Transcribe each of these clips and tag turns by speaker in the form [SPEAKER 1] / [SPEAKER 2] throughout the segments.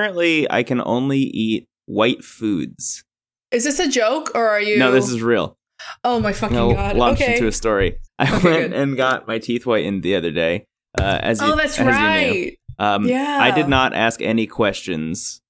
[SPEAKER 1] currently I can only eat white foods.
[SPEAKER 2] Is this a joke or are you?
[SPEAKER 1] No, this is real.
[SPEAKER 2] Oh my fucking
[SPEAKER 1] No,
[SPEAKER 2] god!
[SPEAKER 1] launched
[SPEAKER 2] Okay.
[SPEAKER 1] into a story. I
[SPEAKER 2] Okay,
[SPEAKER 1] went
[SPEAKER 2] good.
[SPEAKER 1] and got my teeth whitened the other day. Uh, as
[SPEAKER 2] oh,
[SPEAKER 1] you, as
[SPEAKER 2] that's
[SPEAKER 1] you knew.
[SPEAKER 2] right.
[SPEAKER 1] Um,
[SPEAKER 2] yeah.
[SPEAKER 1] I did not ask any questions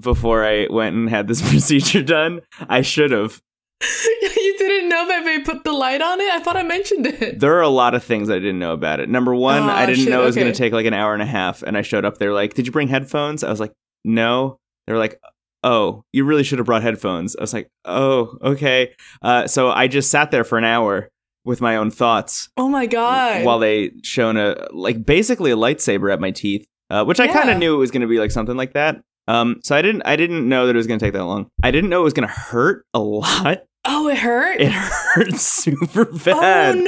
[SPEAKER 1] before I went and had this procedure done. I should have.
[SPEAKER 2] you didn't know that they put the light on it. I thought I mentioned it.
[SPEAKER 1] There are a lot of things I didn't know about it. Number one, I
[SPEAKER 2] Aw,
[SPEAKER 1] didn't
[SPEAKER 2] shit,
[SPEAKER 1] know it was
[SPEAKER 2] Ah, okay.
[SPEAKER 1] going to take like an hour and a half, and I showed up. They're like, "Did you bring headphones?" I was like, "No." They were like, "Oh, you really should have brought headphones." I was like, "Oh, okay." Uh, so I just sat there for an hour with my own thoughts
[SPEAKER 2] Oh my god!
[SPEAKER 1] while they shone a like basically a lightsaber at my teeth, uh, which I kind of
[SPEAKER 2] Yeah.
[SPEAKER 1] knew it was going to be like something like that. Um, so I didn't I didn't know that it was going to take that long. I didn't know it was going to hurt a lot.
[SPEAKER 2] oh, it hurt.
[SPEAKER 1] It hurt super bad.
[SPEAKER 2] oh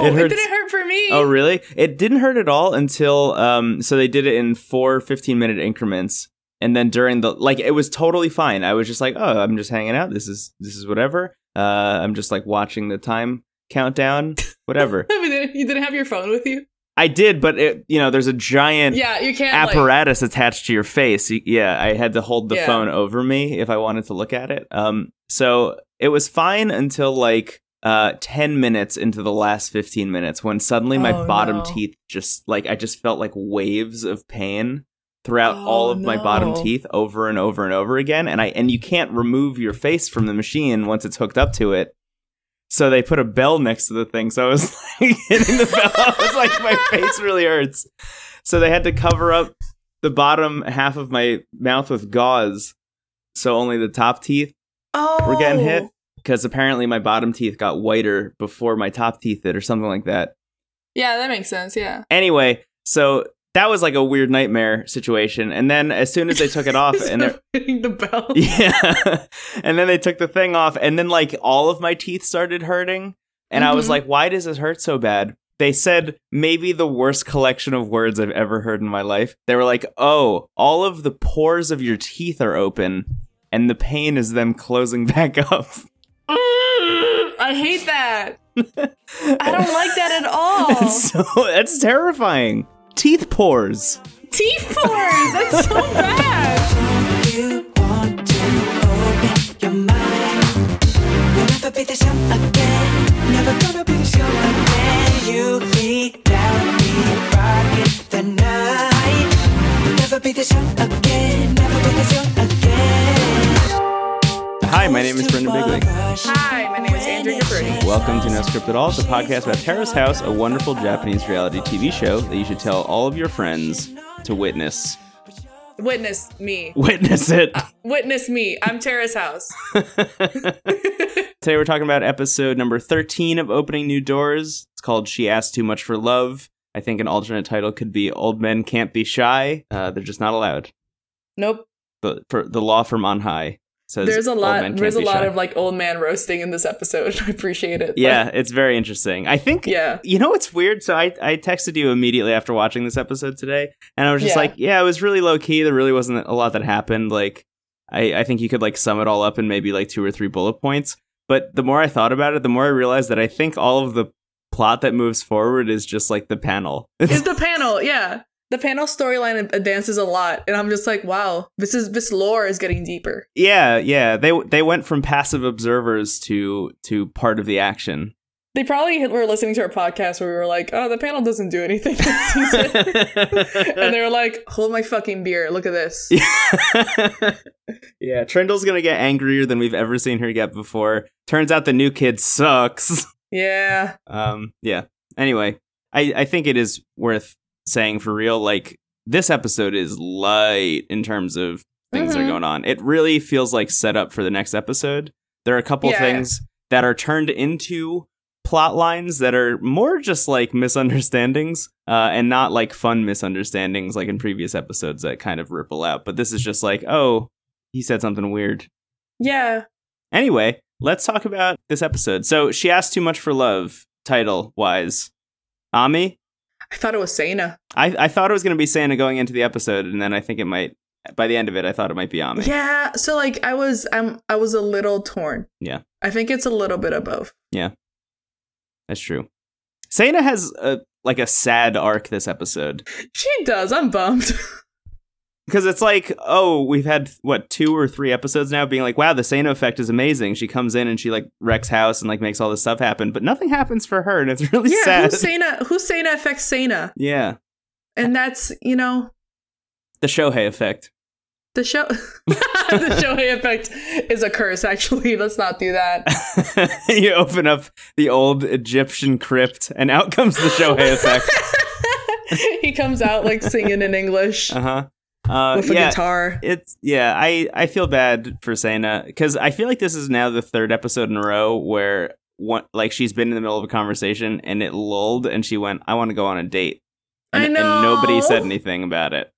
[SPEAKER 2] no!
[SPEAKER 1] It
[SPEAKER 2] It,
[SPEAKER 1] hurts.
[SPEAKER 2] didn't hurt for me.
[SPEAKER 1] Oh, really? It didn't hurt at all until um so they did it in four 15 minute increments. And then during the like it was totally fine. I was just like, "Oh, I'm just hanging out. This is this is whatever. Uh I'm just like watching the time countdown, whatever."
[SPEAKER 2] You didn't- you didn't have your phone with you.
[SPEAKER 1] I did, but it, you know, there's a giant
[SPEAKER 2] Yeah, you can't. like-
[SPEAKER 1] apparatus attached to your face. Y- Yeah, I had to hold the
[SPEAKER 2] Yeah.
[SPEAKER 1] phone over me if I wanted to look at it. Um, so it was fine until like uh 10 minutes into the last 15 minutes when suddenly my
[SPEAKER 2] Oh,
[SPEAKER 1] bottom
[SPEAKER 2] no.
[SPEAKER 1] teeth just like I just felt like waves of pain throughout
[SPEAKER 2] Oh,
[SPEAKER 1] all of my bottom
[SPEAKER 2] no.
[SPEAKER 1] teeth over and over and over again and I and you can't remove your face from the machine once it's hooked up to it. So they put a bell next to the thing. So I was like hitting the bell. I was like, my face really hurts. So they had to cover up the bottom half of my mouth with gauze. So only the top teeth
[SPEAKER 2] oh,
[SPEAKER 1] were getting hit. Because apparently my bottom teeth got whiter before my top teeth did, or something like that.
[SPEAKER 2] Yeah, that makes sense. Yeah.
[SPEAKER 1] Anyway, so that was like a weird nightmare situation. And then as soon as they took it off, and they're.
[SPEAKER 2] hitting the bell.
[SPEAKER 1] Yeah. and then they took the thing off, and then like all of my teeth started hurting. And I was
[SPEAKER 2] Mhm.
[SPEAKER 1] like, why does this hurt so bad? They said maybe the worst collection of words I've ever heard in my life. They were like, oh, all of the pores of your teeth are open, and the pain is them closing back up.
[SPEAKER 2] I hate that. I don't like that at all.
[SPEAKER 1] It's so that's terrifying. Teeth pores.
[SPEAKER 2] Teeth force. That's so bad.
[SPEAKER 3] You want to open your mind. We'll never be the same again. Never gonna be the same again. You be down, be rocking the night. We'll never be the same again. Never be the same again.
[SPEAKER 1] Hi, my name is Brendan Bigley.
[SPEAKER 2] Hi, my name is Andrew Gabruti.
[SPEAKER 1] Welcome to No Script at All, the podcast about Terrace House, a wonderful Japanese reality TV show that you should tell all of your friends to witness.
[SPEAKER 2] Witness me.
[SPEAKER 1] Witness it.
[SPEAKER 2] Witness me. I'm Tara's house.
[SPEAKER 1] Today we're talking about episode number 13 of Opening New Doors. It's called She Asked Too Much for Love. I think an alternate title could be Old Men Can't Be Shy. Uh, they're just not allowed.
[SPEAKER 2] Nope.
[SPEAKER 1] The, for, the law from on high says
[SPEAKER 2] There's a
[SPEAKER 1] old men
[SPEAKER 2] lot.
[SPEAKER 1] can't
[SPEAKER 2] There's a
[SPEAKER 1] be
[SPEAKER 2] lot
[SPEAKER 1] shy.
[SPEAKER 2] of like old man roasting in this episode. I appreciate it.
[SPEAKER 1] Yeah, it's very interesting. I think
[SPEAKER 2] Yeah.
[SPEAKER 1] You know what's weird? So I, I texted you immediately after watching this episode today, and I was just
[SPEAKER 2] Yeah.
[SPEAKER 1] like, yeah, it was really low key. There really wasn't a lot that happened. Like, I, I think you could like sum it all up in maybe like two or three bullet points. But the more I thought about it, the more I realized that I think all of the plot that moves forward is just like the panel.
[SPEAKER 2] It's the panel. Yeah. The panel storyline advances a lot, and I'm just like, wow, this is this lore is getting deeper.
[SPEAKER 1] yeah, yeah. They they went from passive observers to to part of the action.
[SPEAKER 2] They probably were listening to our podcast where we were like, oh, the panel doesn't do anything this season. and they were like, hold my fucking beer. Look at this.
[SPEAKER 1] yeah, Trindle's gonna get angrier than we've ever seen her get before. Turns out the new kid sucks.
[SPEAKER 2] Yeah.
[SPEAKER 1] Um, yeah. Anyway, I, I think it is worth saying for real, like this episode is light in terms of things that are
[SPEAKER 2] Mhm.
[SPEAKER 1] going on. It really feels like set up for the next episode. There are a couple
[SPEAKER 2] Yeah.
[SPEAKER 1] things that are turned into plot lines that are more just like misunderstandings uh, and not like fun misunderstandings like in previous episodes that kind of ripple out. But this is just like, oh, he said something weird.
[SPEAKER 2] Yeah.
[SPEAKER 1] Anyway, let's talk about this episode. So she asked too much for love, title wise. Ami,
[SPEAKER 2] I thought it was Sana.
[SPEAKER 1] I, I thought it was going to be Santa going into the episode, and then I think it might. By the end of it, I thought it might be Ami.
[SPEAKER 2] Yeah. So like I was I'm I was a little torn.
[SPEAKER 1] Yeah.
[SPEAKER 2] I think it's a little bit of both.
[SPEAKER 1] That's true. Santa has a like a sad arc this episode.
[SPEAKER 2] She does. I'm bummed.
[SPEAKER 1] because it's like, oh, we've had what two or three episodes now being like, wow, the Sano effect is amazing. She comes in and she like wrecks house and like makes all this stuff happen, but nothing happens for her, and it's really
[SPEAKER 2] yeah,
[SPEAKER 1] sad.
[SPEAKER 2] who's Sana? Who's Sana affects Sana,
[SPEAKER 1] yeah,
[SPEAKER 2] and that's you know
[SPEAKER 1] the Shohei effect.
[SPEAKER 2] the show. the Shohei effect is a curse. Actually, let's not do that.
[SPEAKER 1] you open up the old Egyptian crypt, and out comes the Shohei effect.
[SPEAKER 2] he comes out like singing in English
[SPEAKER 1] Uh-huh. Uh
[SPEAKER 2] with a
[SPEAKER 1] yeah,
[SPEAKER 2] guitar.
[SPEAKER 1] It's yeah, I I feel bad for Sana because I feel like this is now the third episode in a row where one like she's been in the middle of a conversation and it lulled and she went, I want to go on a date. And,
[SPEAKER 2] I
[SPEAKER 1] and nobody
[SPEAKER 2] know.
[SPEAKER 1] said anything about it.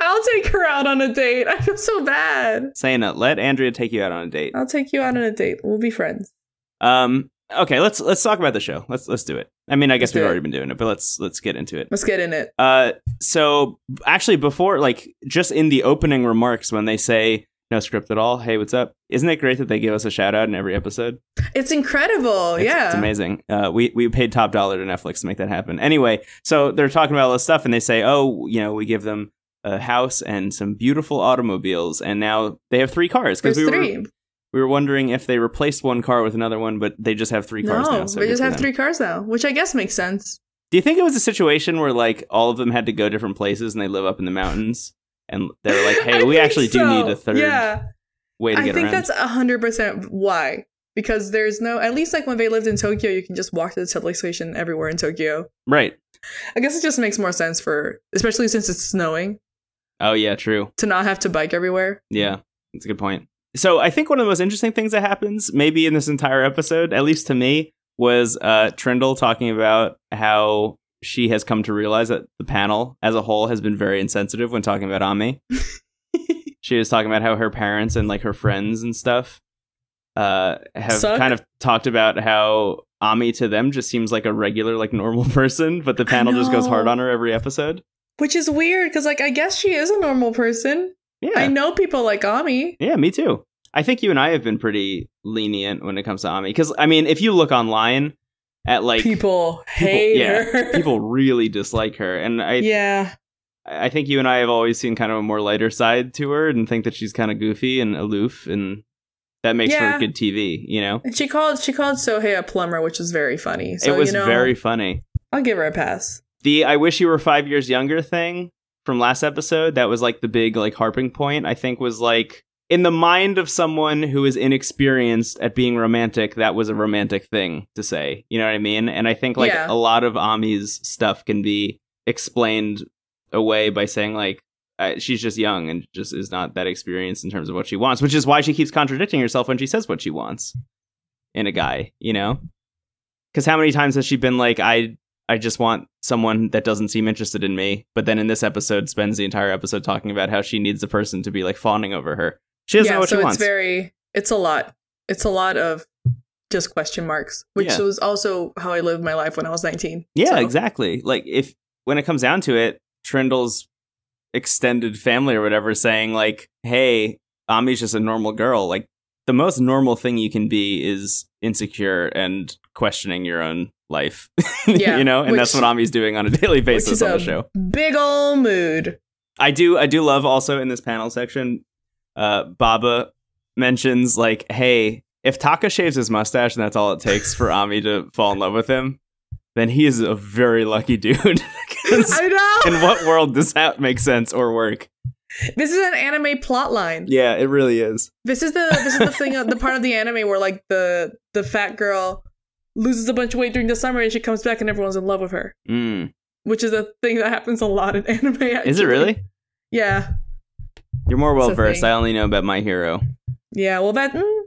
[SPEAKER 2] I'll take her out on a date. I feel so bad.
[SPEAKER 1] Sana, let Andrea take you out on a date.
[SPEAKER 2] I'll take you out on a date. We'll be friends.
[SPEAKER 1] Um okay, let's let's talk about the show. Let's let's do it. I mean I guess
[SPEAKER 2] do
[SPEAKER 1] we've
[SPEAKER 2] it.
[SPEAKER 1] already been doing it, but let's let's get into it.
[SPEAKER 2] Let's get in it.
[SPEAKER 1] Uh so actually before like just in the opening remarks when they say no script at all, hey what's up? Isn't it great that they give us a shout out in every episode?
[SPEAKER 2] It's incredible.
[SPEAKER 1] It's,
[SPEAKER 2] Oh, yeah.
[SPEAKER 1] it's amazing. Uh, we we paid top dollar to Netflix to make that happen. Anyway, so they're talking about all this stuff, and they say, oh, you know, we give them a house and some beautiful automobiles, and now they have three cars
[SPEAKER 2] There's
[SPEAKER 1] we
[SPEAKER 2] three.
[SPEAKER 1] were we were wondering if they replaced one car with another one, but they just have three cars
[SPEAKER 2] no,
[SPEAKER 1] now. So
[SPEAKER 2] we
[SPEAKER 1] good
[SPEAKER 2] just
[SPEAKER 1] for
[SPEAKER 2] have
[SPEAKER 1] them.
[SPEAKER 2] three cars now, which I guess makes sense.
[SPEAKER 1] Do you think it was a situation where like all of them had to go different places and they live up in the mountains, and they're like,
[SPEAKER 2] I
[SPEAKER 1] hey, we
[SPEAKER 2] think
[SPEAKER 1] actually do
[SPEAKER 2] so.
[SPEAKER 1] need a third
[SPEAKER 2] Yeah,
[SPEAKER 1] way to
[SPEAKER 2] I
[SPEAKER 1] get
[SPEAKER 2] think
[SPEAKER 1] around?
[SPEAKER 2] that's hundred percent why. Because there's no, at least like when they lived in Tokyo, you can just walk to the subway station everywhere in Tokyo.
[SPEAKER 1] right.
[SPEAKER 2] I guess it just makes more sense for, especially since it's snowing,
[SPEAKER 1] Oh yeah, true.
[SPEAKER 2] to not have to bike everywhere.
[SPEAKER 1] Yeah, that's a good point. So I think one of the most interesting things that happens, maybe in this entire episode, at least to me, was uh, Trindle talking about how she has come to realize that the panel as a whole has been very insensitive when talking about Ami. she was talking about how her parents and like her friends and stuff uh, have
[SPEAKER 2] Suck.
[SPEAKER 1] kind of talked about how Ami to them just seems like a regular, like normal person, but the panel just goes hard
[SPEAKER 2] know.
[SPEAKER 1] on her every episode.
[SPEAKER 2] Which is weird because, like, I guess she is a normal person.
[SPEAKER 1] Yeah,
[SPEAKER 2] I know people like Ami.
[SPEAKER 1] Yeah, me too. I think you and I have been pretty lenient when it comes to Ami because I mean, if you look online at like
[SPEAKER 2] people hate
[SPEAKER 1] yeah,
[SPEAKER 2] her.
[SPEAKER 1] people really dislike her, and I
[SPEAKER 2] yeah.
[SPEAKER 1] I think you and I have always seen kind of a more lighter side to her and think that she's kind of goofy and aloof, and that makes
[SPEAKER 2] Yeah.
[SPEAKER 1] for good TV. You know,
[SPEAKER 2] And she called she called Sohei a plumber, which is very funny. So
[SPEAKER 1] it was
[SPEAKER 2] you know,
[SPEAKER 1] very funny.
[SPEAKER 2] I'll give her a pass.
[SPEAKER 1] The I wish you were five years younger thing from last episode that was like the big like harping point. I think was like. In the mind of someone who is inexperienced at being romantic, that was a romantic thing to say. You know what I mean? And I think like
[SPEAKER 2] Yeah.
[SPEAKER 1] a lot of Ami's stuff can be explained away by saying like uh, she's just young and just is not that experienced in terms of what she wants, which is why she keeps contradicting herself when she says what she wants in a guy. You know? Because how many times has she been like, I I just want someone that doesn't seem interested in me. But then in this episode, spends the entire episode talking about how she needs the person to be like fawning over her. She doesn't
[SPEAKER 2] yeah,
[SPEAKER 1] know what
[SPEAKER 2] so
[SPEAKER 1] she
[SPEAKER 2] it's
[SPEAKER 1] wants.
[SPEAKER 2] very it's a lot. It's a lot of just question marks, which
[SPEAKER 1] Yeah.
[SPEAKER 2] was also how I lived my life when I was 19.
[SPEAKER 1] yeah,
[SPEAKER 2] So,
[SPEAKER 1] exactly. Like if when it comes down to it, Trindle's extended family or whatever is saying like, "Hey, Ami's just a normal girl." Like the most normal thing you can be is insecure and questioning your own life.
[SPEAKER 2] Yeah,
[SPEAKER 1] you know, and that's
[SPEAKER 2] which-
[SPEAKER 1] what Ami's doing on a daily
[SPEAKER 2] Which
[SPEAKER 1] basis
[SPEAKER 2] is um,
[SPEAKER 1] on
[SPEAKER 2] a
[SPEAKER 1] the show.
[SPEAKER 2] big ol' mood.
[SPEAKER 1] I do I do love also in this panel section, uh Baba mentions like, hey, if Taka shaves his mustache and that's all it takes for Ami to fall in love with him, then he is a very lucky dude. 'Cause
[SPEAKER 2] I know.
[SPEAKER 1] in what world does that make sense or work?
[SPEAKER 2] This is an anime plot line.
[SPEAKER 1] Yeah, it really is.
[SPEAKER 2] This is the this is the thing uh, the part of the anime where like the the fat girl loses a bunch of weight during the summer and she comes back and everyone's in love with her,
[SPEAKER 1] Mm.
[SPEAKER 2] which is a thing that happens a lot in anime.
[SPEAKER 1] Is it
[SPEAKER 2] actually.
[SPEAKER 1] really?
[SPEAKER 2] Yeah,
[SPEAKER 1] You're more well versed.
[SPEAKER 2] thing.
[SPEAKER 1] I only know about my hero.
[SPEAKER 2] yeah. Well, that mm,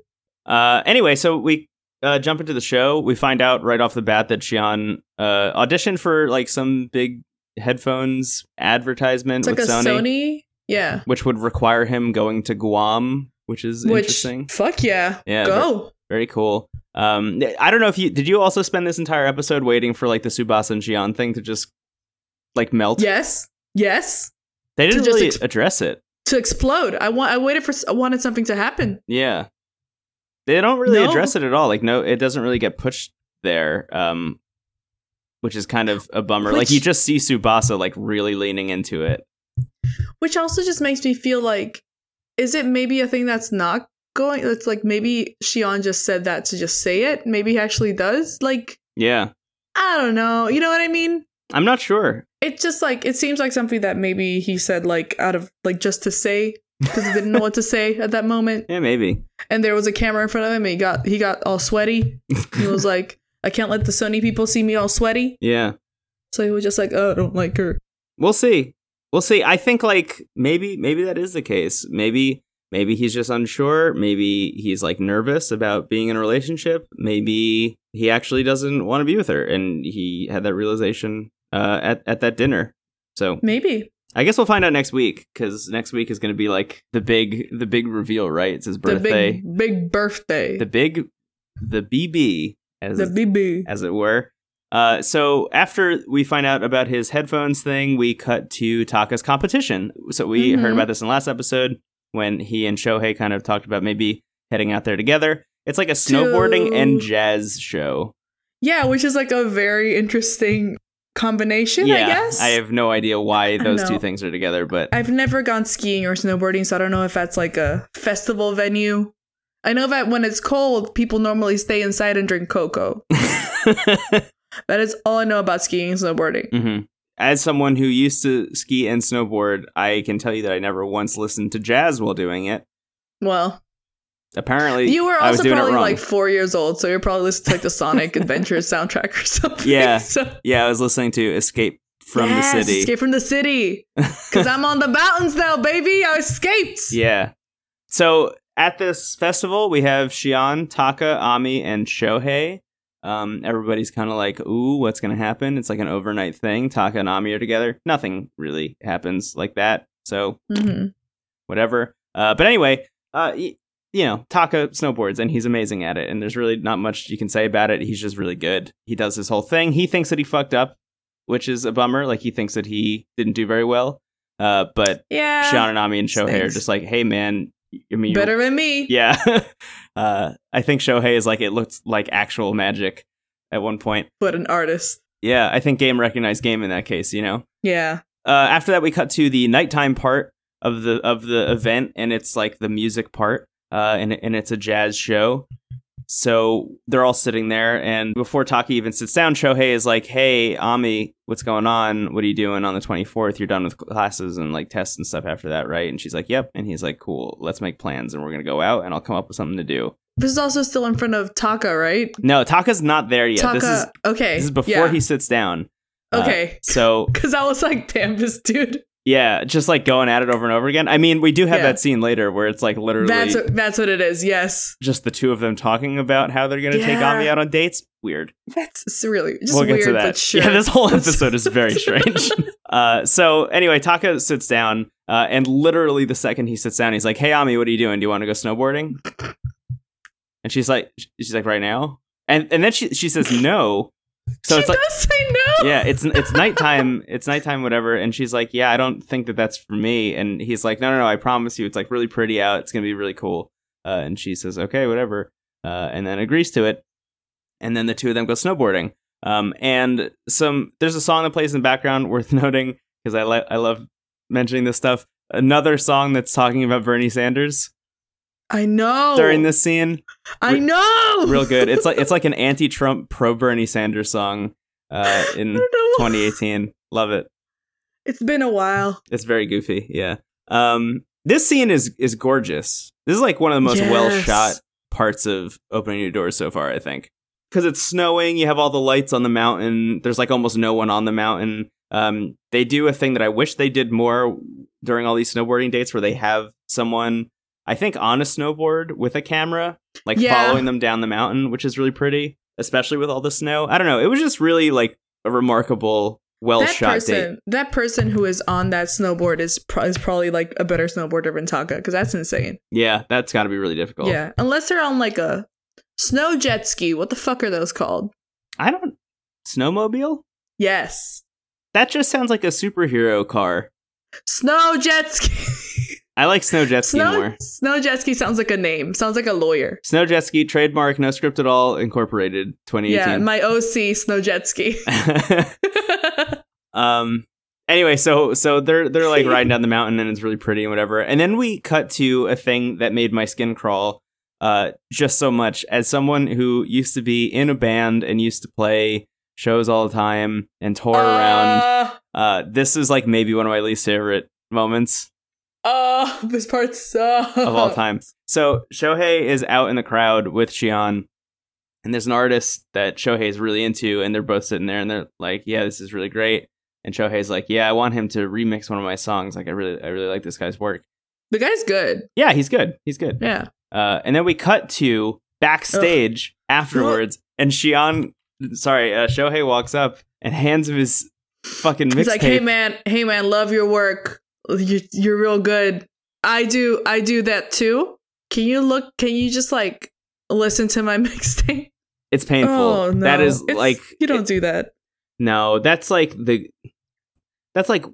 [SPEAKER 1] Uh, anyway, so we uh, jump into the show. We find out right off the bat that Shion uh, auditioned for like some big headphones advertisement
[SPEAKER 2] it's like
[SPEAKER 1] with
[SPEAKER 2] a Sony. Yeah,
[SPEAKER 1] which would require him going to Guam, which is
[SPEAKER 2] which
[SPEAKER 1] interesting.
[SPEAKER 2] fuck yeah,
[SPEAKER 1] Yeah,
[SPEAKER 2] go.
[SPEAKER 1] Very cool. Um, I don't know if you did. You also spend this entire episode waiting for like the Subasa and Shion thing to just like melt.
[SPEAKER 2] Yes, yes.
[SPEAKER 1] they didn't
[SPEAKER 2] to just
[SPEAKER 1] really
[SPEAKER 2] ex-
[SPEAKER 1] address it.
[SPEAKER 2] To explode. I want. I waited for. s- I wanted something to happen.
[SPEAKER 1] Yeah, they don't really
[SPEAKER 2] No.
[SPEAKER 1] address it at all. Like, no, it doesn't really get pushed there. Um, which is kind of a bummer. Like,
[SPEAKER 2] Which-
[SPEAKER 1] you just see Subasa like really leaning into it.
[SPEAKER 2] Which also just makes me feel like, is it maybe a thing that's not going? That's like maybe Shion just said that to just say it. Maybe he actually does. Like,
[SPEAKER 1] Yeah.
[SPEAKER 2] I don't know. You know what I mean?
[SPEAKER 1] I'm not sure.
[SPEAKER 2] It's just like, it seems like something that maybe he said, like, out of, like, just to say, because he didn't know what to say at that moment.
[SPEAKER 1] Yeah, maybe.
[SPEAKER 2] And there was a camera in front of him and he got, he got all sweaty. He was like, I can't let the Sony people see me all sweaty.
[SPEAKER 1] Yeah.
[SPEAKER 2] So he was just like, oh, I don't like her.
[SPEAKER 1] We'll see. We'll see. I think like maybe maybe that is the case. Maybe maybe he's just unsure. Maybe he's like nervous about being in a relationship. Maybe he actually doesn't want to be with her and he had that realization uh at, at that dinner. So
[SPEAKER 2] Maybe.
[SPEAKER 1] I guess we'll find out next week cuz next week is going to be like the big the big reveal, right? It's his birthday.
[SPEAKER 2] The big, big birthday.
[SPEAKER 1] The big the, BB as
[SPEAKER 2] The BB.
[SPEAKER 1] as it were. Uh, so after we find out about his headphones thing, we cut to Taka's competition. So we
[SPEAKER 2] Mhm.
[SPEAKER 1] heard about this in last episode when he and Shohei kind of talked about maybe heading out there together. It's like a snowboarding
[SPEAKER 2] To-
[SPEAKER 1] and jazz show.
[SPEAKER 2] Yeah, which is like a very interesting combination, I guess.
[SPEAKER 1] have no idea why
[SPEAKER 2] don't
[SPEAKER 1] those
[SPEAKER 2] know.
[SPEAKER 1] two things are together, but
[SPEAKER 2] I've never gone skiing or snowboarding, so I don't know if that's like a festival venue. I know that when it's cold, people normally stay inside and drink cocoa. That is all I know about skiing and snowboarding.
[SPEAKER 1] Mhm. as someone who used to ski and snowboard, I can tell you that I never once listened to jazz while doing it.
[SPEAKER 2] Well,
[SPEAKER 1] Apparently,
[SPEAKER 2] you were
[SPEAKER 1] I was
[SPEAKER 2] also
[SPEAKER 1] doing it
[SPEAKER 2] probably
[SPEAKER 1] wrong.
[SPEAKER 2] like four years old, so you're probably listening to like the Sonic Adventures soundtrack or something.
[SPEAKER 1] Yeah.
[SPEAKER 2] So-
[SPEAKER 1] yeah, I was listening to Escape from
[SPEAKER 2] Yes,
[SPEAKER 1] the City.
[SPEAKER 2] Escape from the city. Because I'm on the mountains now, baby. I escaped.
[SPEAKER 1] Yeah. So at this festival, we have Shion, Taka, Ami, and Shohei. Um, everybody's kind of like, ooh, what's going to happen? It's like an overnight thing. Taka and Ami are together. Nothing really happens like that. So
[SPEAKER 2] Mhm.
[SPEAKER 1] whatever. Uh, but anyway, uh, y- you know, Taka snowboards and he's amazing at it. And there's really not much you can say about it. He's just really good. He does his whole thing. He thinks that he fucked up, which is a bummer. Like he thinks that he didn't do very well. Uh, but
[SPEAKER 2] Yeah.
[SPEAKER 1] Sean and Ami and Shohei are
[SPEAKER 2] stinks.
[SPEAKER 1] just like, hey man, I mean, you're-
[SPEAKER 2] Better than me.
[SPEAKER 1] yeah. uh, I think Shohei is like it looked like actual magic at one point.
[SPEAKER 2] But an artist.
[SPEAKER 1] Yeah, I think game recognized game in that case, you know.
[SPEAKER 2] Yeah.
[SPEAKER 1] Uh, after that, we cut to the nighttime part of the of the event, and it's like the music part, uh, and and it's a jazz show. So they're all sitting there, and before Taki even sits down, Shohei is like, "Hey, Ami, what's going on? What are you doing on the twenty fourth? You're done with classes and like tests and stuff after that, right?" And she's like, "Yep." And he's like, "Cool, let's make plans, and we're gonna go out, and I'll come up with something to do."
[SPEAKER 2] This is also still in front of Taka, right?
[SPEAKER 1] No, Taka's not there yet.
[SPEAKER 2] Taka.
[SPEAKER 1] This is
[SPEAKER 2] okay.
[SPEAKER 1] this is before
[SPEAKER 2] yeah.
[SPEAKER 1] he sits down. uh,
[SPEAKER 2] Okay.
[SPEAKER 1] So
[SPEAKER 2] Because I was like, damn, this dude.
[SPEAKER 1] Yeah, just like going at it over and over again. I mean, we do have
[SPEAKER 2] Yeah.
[SPEAKER 1] that scene later where it's like literally
[SPEAKER 2] That's what, that's what it is. Yes.
[SPEAKER 1] just the two of them talking about how they're going to take
[SPEAKER 2] Yeah.
[SPEAKER 1] Ami out on dates. Weird.
[SPEAKER 2] That's it's really just
[SPEAKER 1] we'll
[SPEAKER 2] weird,
[SPEAKER 1] get to that.
[SPEAKER 2] but sure.
[SPEAKER 1] Yeah, this whole episode is very strange. uh, so anyway, Taka sits down, uh, and literally the second he sits down, he's like, "Hey, Ami, what are you doing? Do you want to go snowboarding?" And she's like, "She's like right now," and and then she she says no. So
[SPEAKER 2] she
[SPEAKER 1] it's like.
[SPEAKER 2] does say no.
[SPEAKER 1] yeah, it's it's nighttime. It's nighttime, whatever. And she's like, "Yeah, I don't think that that's for me." And he's like, "No, no, no. I promise you, it's like really pretty out. It's gonna be really cool." Uh, and she says, "Okay, whatever," uh, and then agrees to it. And then the two of them go snowboarding. Um, and some there's a song that plays in the background worth noting because I li- I love mentioning this stuff. Another song that's talking about Bernie Sanders
[SPEAKER 2] I know.
[SPEAKER 1] during this scene
[SPEAKER 2] I know.
[SPEAKER 1] real good. It's like it's like an anti-Trump, pro-Bernie Sanders song uh,
[SPEAKER 2] I
[SPEAKER 1] in
[SPEAKER 2] don't know.
[SPEAKER 1] 2018. Love it.
[SPEAKER 2] It's been a while.
[SPEAKER 1] It's very goofy. Yeah. Um, this scene is is gorgeous. This is like one of the most
[SPEAKER 2] Yes.
[SPEAKER 1] well shot parts of opening your doors so far. I think because it's snowing. You have all the lights on the mountain. There's like almost no one on the mountain. Um, they do a thing that I wish they did more during all these snowboarding dates, where they have someone. I think on a snowboard with a camera, like
[SPEAKER 2] Yeah.
[SPEAKER 1] following them down the mountain, which is really pretty, especially with all the snow. I don't know. It was just really like a remarkable, well
[SPEAKER 2] that
[SPEAKER 1] shot date.
[SPEAKER 2] person, that person who is on that snowboard is pro- is probably like a better snowboarder than Taka because that's insane.
[SPEAKER 1] Yeah, that's got to be really difficult.
[SPEAKER 2] Yeah, unless they're on like a snow jet ski. What the fuck are those called?
[SPEAKER 1] I don't snowmobile.
[SPEAKER 2] Yes,
[SPEAKER 1] That just sounds like a superhero car.
[SPEAKER 2] snow jet ski.
[SPEAKER 1] I like snow jet ski
[SPEAKER 2] snow
[SPEAKER 1] more.
[SPEAKER 2] snow jet ski sounds like a name. Sounds like a lawyer.
[SPEAKER 1] Snow jet ski trademark, no script at all, incorporated,
[SPEAKER 2] Yeah,
[SPEAKER 1] 2018.
[SPEAKER 2] my OC snow jet ski.
[SPEAKER 1] um, Anyway, so so they're they're like riding down the mountain and it's really pretty and whatever. And then we cut to a thing that made my skin crawl uh just so much as someone who used to be in a band and used to play shows all the time and tour around.
[SPEAKER 2] Uh,
[SPEAKER 1] Uh this is like maybe one of my least favorite moments
[SPEAKER 2] uh, this part sucks.
[SPEAKER 1] of all time. So Shohei is out in the crowd with Shion, and there's an artist that Shohei is really into, and they're both sitting there, and they're like, "Yeah, this is really great." And Shohei's like, "Yeah, I want him to remix one of my songs. Like, I really, I really like this guy's work.
[SPEAKER 2] The guy's good.
[SPEAKER 1] Yeah, he's good. He's good."
[SPEAKER 2] Yeah.
[SPEAKER 1] Uh, and then we cut to backstage afterwards, and Shion, sorry, uh, Shohei walks up and hands him his fucking
[SPEAKER 2] He's like, hey
[SPEAKER 1] mixtape.
[SPEAKER 2] man, hey man, love your work. You're, you're real good. I do, I do that too. Can you look? Can you just like listen to my mixtape?
[SPEAKER 1] it's painful.
[SPEAKER 2] Oh no,
[SPEAKER 1] That is
[SPEAKER 2] It's-
[SPEAKER 1] like
[SPEAKER 2] you don't do that.
[SPEAKER 1] No, that's like the that's like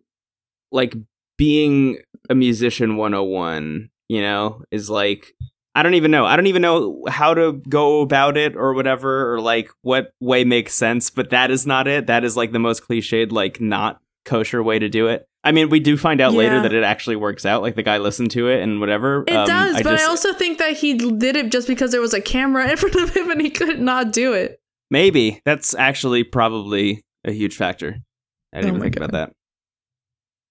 [SPEAKER 1] like being a musician 101, you know, is like I don't even know. I don't even know how to go about it or whatever or like what way makes sense, but that is not it. That is like the most cliched like not kosher way to do it. I mean, we do find out later
[SPEAKER 2] Yeah.
[SPEAKER 1] that it actually works out. Like the guy listened to it and whatever.
[SPEAKER 2] It
[SPEAKER 1] Um,
[SPEAKER 2] does, but
[SPEAKER 1] just-
[SPEAKER 2] I also think that he did it just because there was a camera in front of him and he could not do it.
[SPEAKER 1] Maybe that's actually probably a huge factor. I didn't
[SPEAKER 2] Oh
[SPEAKER 1] even
[SPEAKER 2] my
[SPEAKER 1] think about that.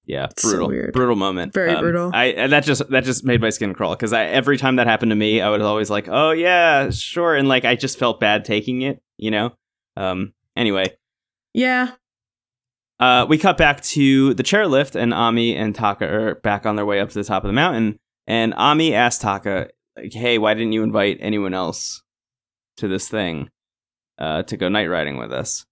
[SPEAKER 1] Yeah,
[SPEAKER 2] It's so
[SPEAKER 1] brutal,
[SPEAKER 2] weird.
[SPEAKER 1] brutal moment. Um,
[SPEAKER 2] Very brutal.
[SPEAKER 1] I and that just that just made my skin crawl because I every time that happened to me, I was always like, "Oh yeah, sure," and like I just felt bad taking it, you know. Um. Anyway,
[SPEAKER 2] Yeah.
[SPEAKER 1] uh, we cut back to the chairlift, and Ami and Taka are back on their way up to the top of the mountain. And Ami asks Taka, like, "Hey, why didn't you invite anyone else to this thing uh, to go night riding with us?"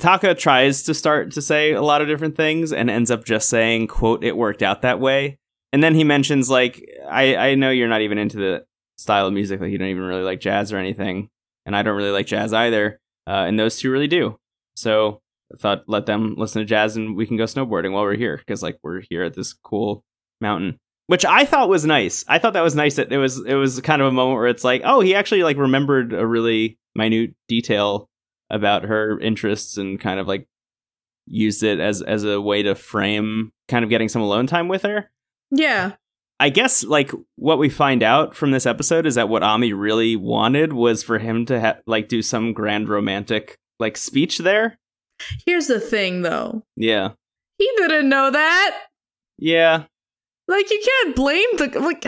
[SPEAKER 1] Taka tries to start to say a lot of different things and ends up just saying, "quote It worked out that way." And then he mentions, like, "I I know you're not even into the style of music, like you don't even really like jazz or anything, and I don't really like jazz either, uh, and those two really do." So I thought let them listen to jazz and we can go snowboarding while we're here because like we're here at this cool mountain which i thought was nice i thought that was nice that it was it was kind of a moment where it's like oh he actually like remembered a really minute detail about her interests and kind of like used it as as a way to frame kind of getting some alone time with her
[SPEAKER 2] Yeah.
[SPEAKER 1] I guess like what we find out from this episode is that what Ami really wanted was for him to ha- like do some grand romantic like speech there.
[SPEAKER 2] Here's the thing though.
[SPEAKER 1] Yeah.
[SPEAKER 2] He didn't know that.
[SPEAKER 1] Yeah.
[SPEAKER 2] Like you can't blame the like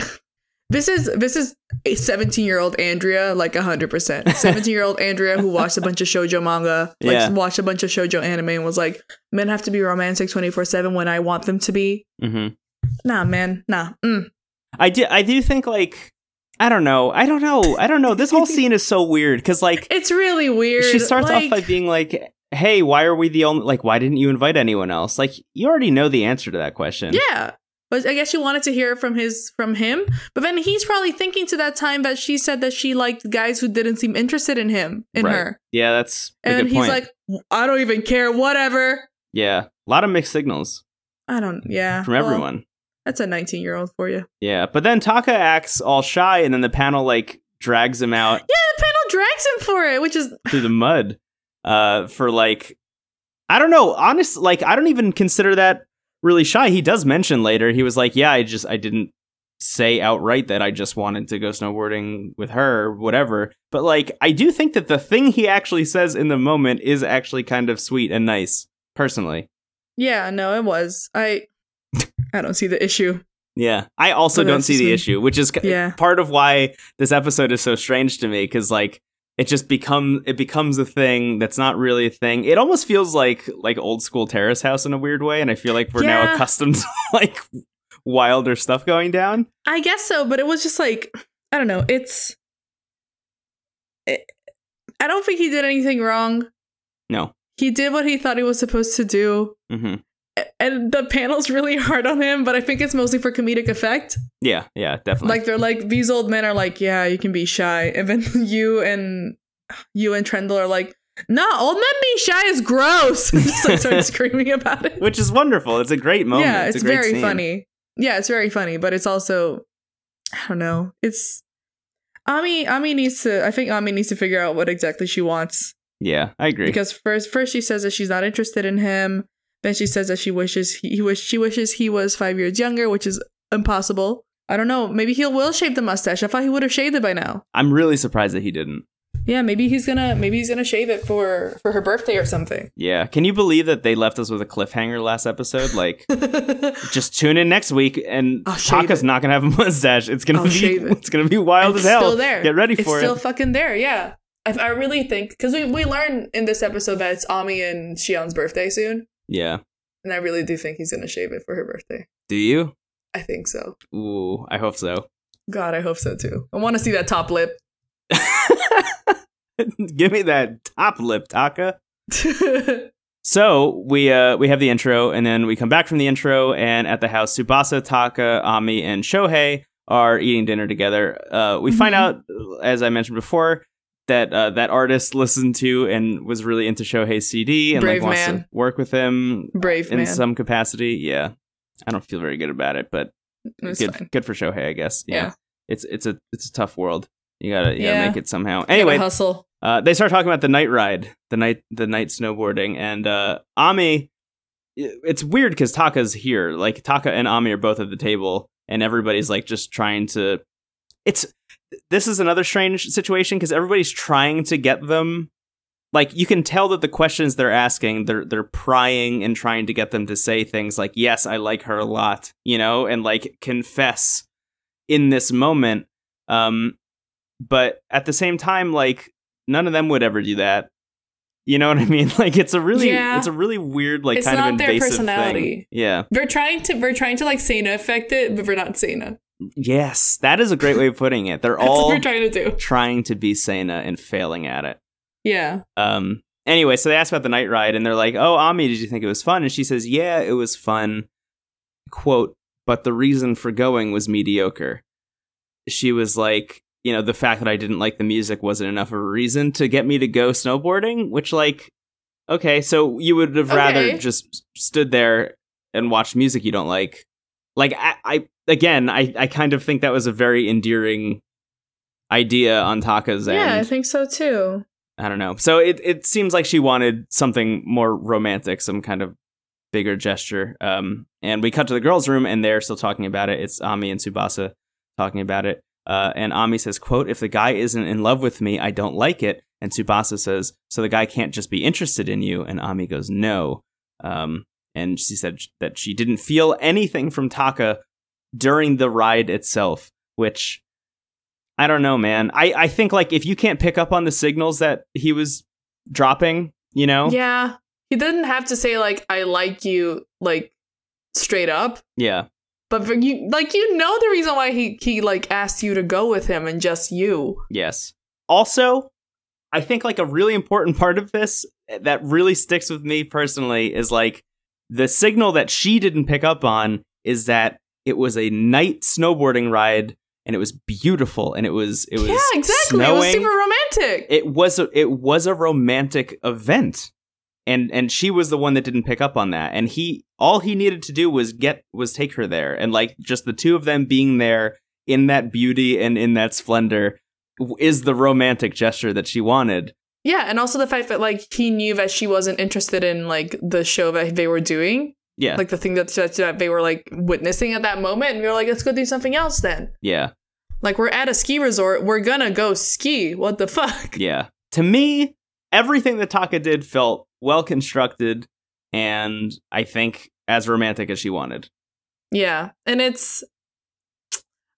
[SPEAKER 2] this is this is a 17 year old Andrea like 100%. 17 year old Andrea who watched a bunch of shojo manga, like
[SPEAKER 1] Yeah.
[SPEAKER 2] watched a bunch of shojo anime and was like, "Men have to be romantic 24/7 when I want them to be."
[SPEAKER 1] Mhm.
[SPEAKER 2] Nah, man. Nah. Mm.
[SPEAKER 1] I do I do think like I don't know. I don't know. I don't know. This whole scene is so weird cuz like
[SPEAKER 2] It's really weird.
[SPEAKER 1] she starts off
[SPEAKER 2] Like,
[SPEAKER 1] by being like, "Hey, why are we the only like why didn't you invite anyone else?" Like you already know the answer to that question.
[SPEAKER 2] Yeah. But I guess she wanted to hear it from his from him. But then he's probably thinking to that time that she said that she liked guys who didn't seem interested in him in
[SPEAKER 1] Right.
[SPEAKER 2] her.
[SPEAKER 1] Yeah, that's a
[SPEAKER 2] And
[SPEAKER 1] good
[SPEAKER 2] he's
[SPEAKER 1] point.
[SPEAKER 2] like, I don't even care, whatever.
[SPEAKER 1] yeah. A lot of mixed signals
[SPEAKER 2] I don't yeah.
[SPEAKER 1] from
[SPEAKER 2] well,
[SPEAKER 1] everyone.
[SPEAKER 2] that's a nineteen year old for you.
[SPEAKER 1] yeah. But then Taka acts all shy and then the panel like drags him out
[SPEAKER 2] Yeah, the panel drags him for it, which is
[SPEAKER 1] through the mud uh for like I don't know, honest like I don't even consider that really shy. He does mention later he was like, "Yeah, I just I didn't say outright that I just wanted to go snowboarding with her, whatever." But like I do think that the thing he actually says in the moment is actually kind of sweet and nice, personally.
[SPEAKER 2] Yeah, no, it was. I I don't see the issue.
[SPEAKER 1] Yeah. I also
[SPEAKER 2] But
[SPEAKER 1] don't
[SPEAKER 2] that's
[SPEAKER 1] see
[SPEAKER 2] just
[SPEAKER 1] the
[SPEAKER 2] me.
[SPEAKER 1] issue, which is ki-
[SPEAKER 2] Yeah.
[SPEAKER 1] part of why this episode is so strange to me cuz like it just become it becomes a thing that's not really a thing. It almost feels like like old school terrace house in a weird way and I feel like we're now
[SPEAKER 2] Yeah.
[SPEAKER 1] accustomed to like wilder stuff going down.
[SPEAKER 2] I guess so, but it was just like I don't know. It's it, I don't think he did anything wrong.
[SPEAKER 1] No.
[SPEAKER 2] He did what he thought he was supposed to do.
[SPEAKER 1] Mhm.
[SPEAKER 2] A- And the panel's really hard on him, but I think it's mostly for comedic effect.
[SPEAKER 1] Yeah, yeah, definitely.
[SPEAKER 2] Like they're like these old men are like, yeah, you can be shy, and then you and you and Trendle are like, nah, old men being shy is gross. And just like start screaming about it.
[SPEAKER 1] Which is wonderful. It's a great moment.
[SPEAKER 2] Yeah, it's,
[SPEAKER 1] a great
[SPEAKER 2] very
[SPEAKER 1] scene.
[SPEAKER 2] funny. Yeah, it's very funny, but it's also I don't know. It's Ami Ami needs to I think Ami needs to figure out what exactly she wants
[SPEAKER 1] Yeah, I agree.
[SPEAKER 2] because first first she says that she's not interested in him. Then she says that she wishes he, he wish she wishes he was five years younger, which is impossible. I don't know. Maybe he will shave the mustache. I thought he would have shaved it by now.
[SPEAKER 1] I'm really surprised that he didn't.
[SPEAKER 2] Yeah, maybe he's gonna maybe he's gonna shave it for for her birthday or something.
[SPEAKER 1] Yeah. Can you believe that they left us with a cliffhanger last episode? Like, just tune in next week, and
[SPEAKER 2] I'll shave
[SPEAKER 1] Taka's not gonna have a mustache. It's gonna
[SPEAKER 2] I'll
[SPEAKER 1] be
[SPEAKER 2] shave it.
[SPEAKER 1] it's gonna be wild
[SPEAKER 2] it's
[SPEAKER 1] as hell.
[SPEAKER 2] still there.
[SPEAKER 1] Get ready
[SPEAKER 2] it's
[SPEAKER 1] for
[SPEAKER 2] still
[SPEAKER 1] it.
[SPEAKER 2] fucking there. Yeah, I, I really think because we we learn in this episode that it's Ami and Shion's birthday soon,
[SPEAKER 1] Yeah.
[SPEAKER 2] and I really do think he's gonna shave it for her birthday.
[SPEAKER 1] Do you?
[SPEAKER 2] I think so.
[SPEAKER 1] Ooh, I hope so.
[SPEAKER 2] God, I hope so too. I want to see that top lip.
[SPEAKER 1] Give me that top lip, Taka. So we uh, we have the intro, and then we come back from the intro, and at the house, Subasa, Taka, Ami, and Shohei are eating dinner together. Uh, we find
[SPEAKER 2] Mhm.
[SPEAKER 1] out, as I mentioned before, that uh, that artist listened to and was really into Shohei's CD and
[SPEAKER 2] Brave
[SPEAKER 1] like wants
[SPEAKER 2] man.
[SPEAKER 1] to work with him
[SPEAKER 2] Brave
[SPEAKER 1] in
[SPEAKER 2] man.
[SPEAKER 1] some capacity. Yeah, I don't feel very good about it, but
[SPEAKER 2] it's
[SPEAKER 1] good
[SPEAKER 2] fine.
[SPEAKER 1] good for Shohei, I guess. Yeah.
[SPEAKER 2] Yeah.
[SPEAKER 1] it's it's a it's a tough world. You gotta you
[SPEAKER 2] Yeah.
[SPEAKER 1] gotta make it somehow.
[SPEAKER 2] Gotta
[SPEAKER 1] Anyway,
[SPEAKER 2] hustle.
[SPEAKER 1] uh, they start talking about the night ride, the night, the night snowboarding, and uh, Ami. It's weird because Taka's here. Like Taka and Ami are both at the table, and everybody's like just trying to. It's this is another strange situation because everybody's trying to get them. Like you can tell that the questions they're asking, they're they're prying and trying to get them to say things like, "Yes, I like her a lot," you know, and like confess in this moment. Um, but at the same time, like none of them would ever do that. You know what I mean? Like it's a really
[SPEAKER 2] Yeah.
[SPEAKER 1] it's a really weird like
[SPEAKER 2] It's
[SPEAKER 1] kind of
[SPEAKER 2] not their
[SPEAKER 1] invasive thing.
[SPEAKER 2] personality.
[SPEAKER 1] Yeah.
[SPEAKER 2] We're trying to we're trying to like Sana affect it, but we're not Sana.
[SPEAKER 1] Yes, that is a great way of putting it. They're
[SPEAKER 2] That's what
[SPEAKER 1] all
[SPEAKER 2] we're trying to do.
[SPEAKER 1] trying to be Sana and failing at it.
[SPEAKER 2] Yeah.
[SPEAKER 1] Um anyway, so they asked about the night ride and they're like, "Oh, Ami, did you think it was fun?" And she says, "Yeah, it was fun." Quote, "But the reason for going was mediocre." She was like, you know, the fact that I didn't like the music wasn't enough of a reason to get me to go snowboarding, which like okay, so you would have rather
[SPEAKER 2] Okay.
[SPEAKER 1] just stood there and watched music you don't like. Like I, I again, I I kind of think that was a very endearing idea on Taka's end.
[SPEAKER 2] Yeah, I think so too.
[SPEAKER 1] I don't know. So it, it seems like she wanted something more romantic, some kind of bigger gesture. Um, and we cut to the girls' room, and they're still talking about it. It's Ami and Subasa talking about it. Uh, and Ami says, "quote If the guy isn't in love with me, I don't like it." And Subasa says, "So the guy can't just be interested in you." And Ami goes, "No." Um, and she said sh- that she didn't feel anything from Taka during the ride itself, which I don't know, man. I, I think like if you can't pick up on the signals that he was dropping, you know,
[SPEAKER 2] Yeah. He didn't have to say like I like you like straight up.
[SPEAKER 1] yeah,
[SPEAKER 2] But for you like you know the reason why he he like asked you to go with him and just you.
[SPEAKER 1] yes. Also, I think like a really important part of this that really sticks with me personally is like the signal that she didn't pick up on is that it was a night snowboarding ride and it was beautiful and it was it was
[SPEAKER 2] yeah, exactly. It was
[SPEAKER 1] snowing.
[SPEAKER 2] super romantic.
[SPEAKER 1] it was a, it was a romantic event and and she was the one that didn't pick up on that and he all he needed to do was get was take her there and like just the two of them being there in that beauty and in that splendor w- is the romantic gesture that she wanted
[SPEAKER 2] yeah, and also the fact that like he knew that she wasn't interested in like the show that they were doing,
[SPEAKER 1] yeah
[SPEAKER 2] like the thing that, that that they were like witnessing at that moment, and we were like, let's go do something else then.
[SPEAKER 1] yeah
[SPEAKER 2] Like we're at a ski resort, we're gonna go ski. What the fuck?
[SPEAKER 1] yeah to me everything that taka did felt well constructed and i think as romantic as she wanted
[SPEAKER 2] Yeah, and it's.